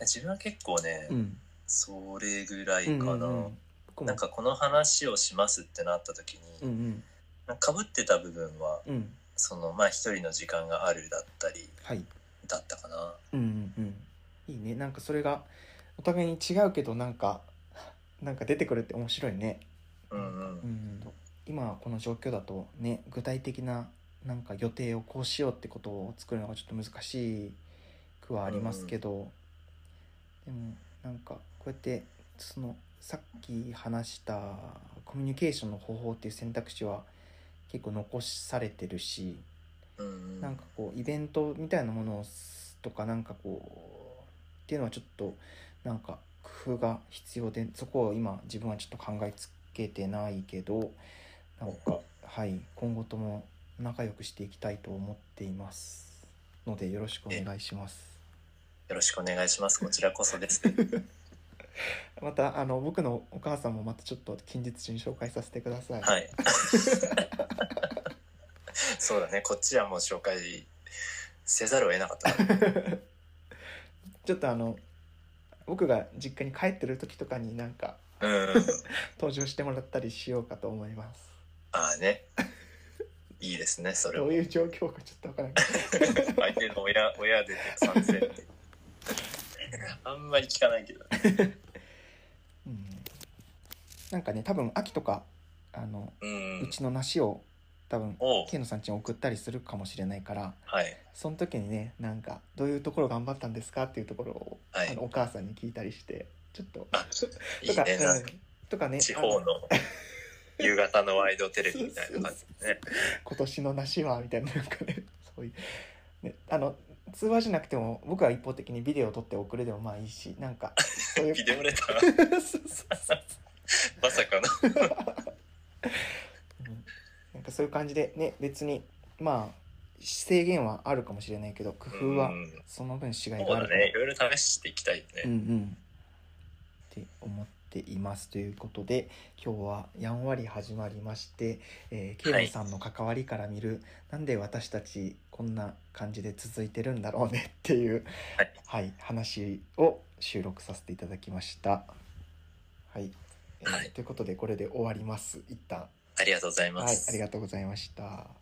[SPEAKER 2] 自分は結構ね、
[SPEAKER 1] ん
[SPEAKER 2] それぐらい
[SPEAKER 1] うん
[SPEAKER 2] かな、
[SPEAKER 1] うんうん僕も
[SPEAKER 2] なんかこの話をしますってなった時
[SPEAKER 1] うん
[SPEAKER 2] にかぶ、被ってた部分は
[SPEAKER 1] うんうん
[SPEAKER 2] そのまあ一人の時間があるだったり
[SPEAKER 1] はい
[SPEAKER 2] だったかな
[SPEAKER 1] うんうんうんいいねなんかそれがお互いに違うけどなんかなんか出てくるって面白いね
[SPEAKER 2] うんうん、
[SPEAKER 1] うん今この状況だとね具体的ななんか予定をこうしようってことを作るのがちょっと難しくはありますけど、でもなんかこうやってそのさっき話したコミュニケーションの方法っていう選択肢は結構残されてるし、
[SPEAKER 2] うんうん
[SPEAKER 1] なんかこうイベントみたいなものをすとかなんかこうっていうのはちょっとなんか工夫が必要でそこを今自分はちょっと考えつけてないけどなんかはい今後とも仲良くしていきたいと思っていますのでよろしくお願いします。
[SPEAKER 2] よろしくお願いしますこちらこそです
[SPEAKER 1] またあの僕のお母さんもまたちょっと近日中に紹介させてください。
[SPEAKER 2] はい そうだねこっちはもう紹介せざるを得なかったな
[SPEAKER 1] ちょっとあの僕が実家に帰ってる時とかになんか
[SPEAKER 2] うんうん
[SPEAKER 1] 登場してもらったりしようかと思います。
[SPEAKER 2] ああねいいですね それ
[SPEAKER 1] ど
[SPEAKER 2] も
[SPEAKER 1] ういう状況かちょっとわからない。
[SPEAKER 2] 相手の親親で参戦ってあんまり聞かないけど
[SPEAKER 1] うんなんかね多分秋とかあの、
[SPEAKER 2] う
[SPEAKER 1] うんちの梨を多分
[SPEAKER 2] おう
[SPEAKER 1] ケイノさんちに送ったりするかもしれないから
[SPEAKER 2] はい
[SPEAKER 1] その時にねなんかどういうところ頑張ったんですかっていうところを、
[SPEAKER 2] はい
[SPEAKER 1] あのお母さんに聞いたりしてちょっと
[SPEAKER 2] あい
[SPEAKER 1] と
[SPEAKER 2] い
[SPEAKER 1] か
[SPEAKER 2] ねなんか
[SPEAKER 1] うんとかね
[SPEAKER 2] 地方
[SPEAKER 1] あ
[SPEAKER 2] の夕方のワイドテレビみたいな感じでね
[SPEAKER 1] 今年の梨はみたいななんかね そういう。ね、あの通話じゃなくても僕は一方的にビデオ撮って送るでもまあいいしなんかそういう
[SPEAKER 2] ビデオレタ ー
[SPEAKER 1] そうそうそう
[SPEAKER 2] まさかの
[SPEAKER 1] うんなんかそういう感じでね別にまあ制限はあるかもしれないけど工夫は
[SPEAKER 2] うん
[SPEAKER 1] その分違いがあ
[SPEAKER 2] そ
[SPEAKER 1] る
[SPEAKER 2] う
[SPEAKER 1] か
[SPEAKER 2] だ
[SPEAKER 1] ら
[SPEAKER 2] ねいろいろ試していきたいよ
[SPEAKER 1] うん
[SPEAKER 2] ね、
[SPEAKER 1] うんって思っていますということで今日はやんわり始まりまして、えー、ケイロンさんの関わりから見る、なんで私たちこんな感じで続いてるんだろうねっていう、
[SPEAKER 2] はい
[SPEAKER 1] はい、話を収録させていただきました。はい、えー
[SPEAKER 2] はい
[SPEAKER 1] ということでこれで終わります一旦
[SPEAKER 2] ありがとうございま
[SPEAKER 1] はい
[SPEAKER 2] す、、
[SPEAKER 1] ありがとうございました。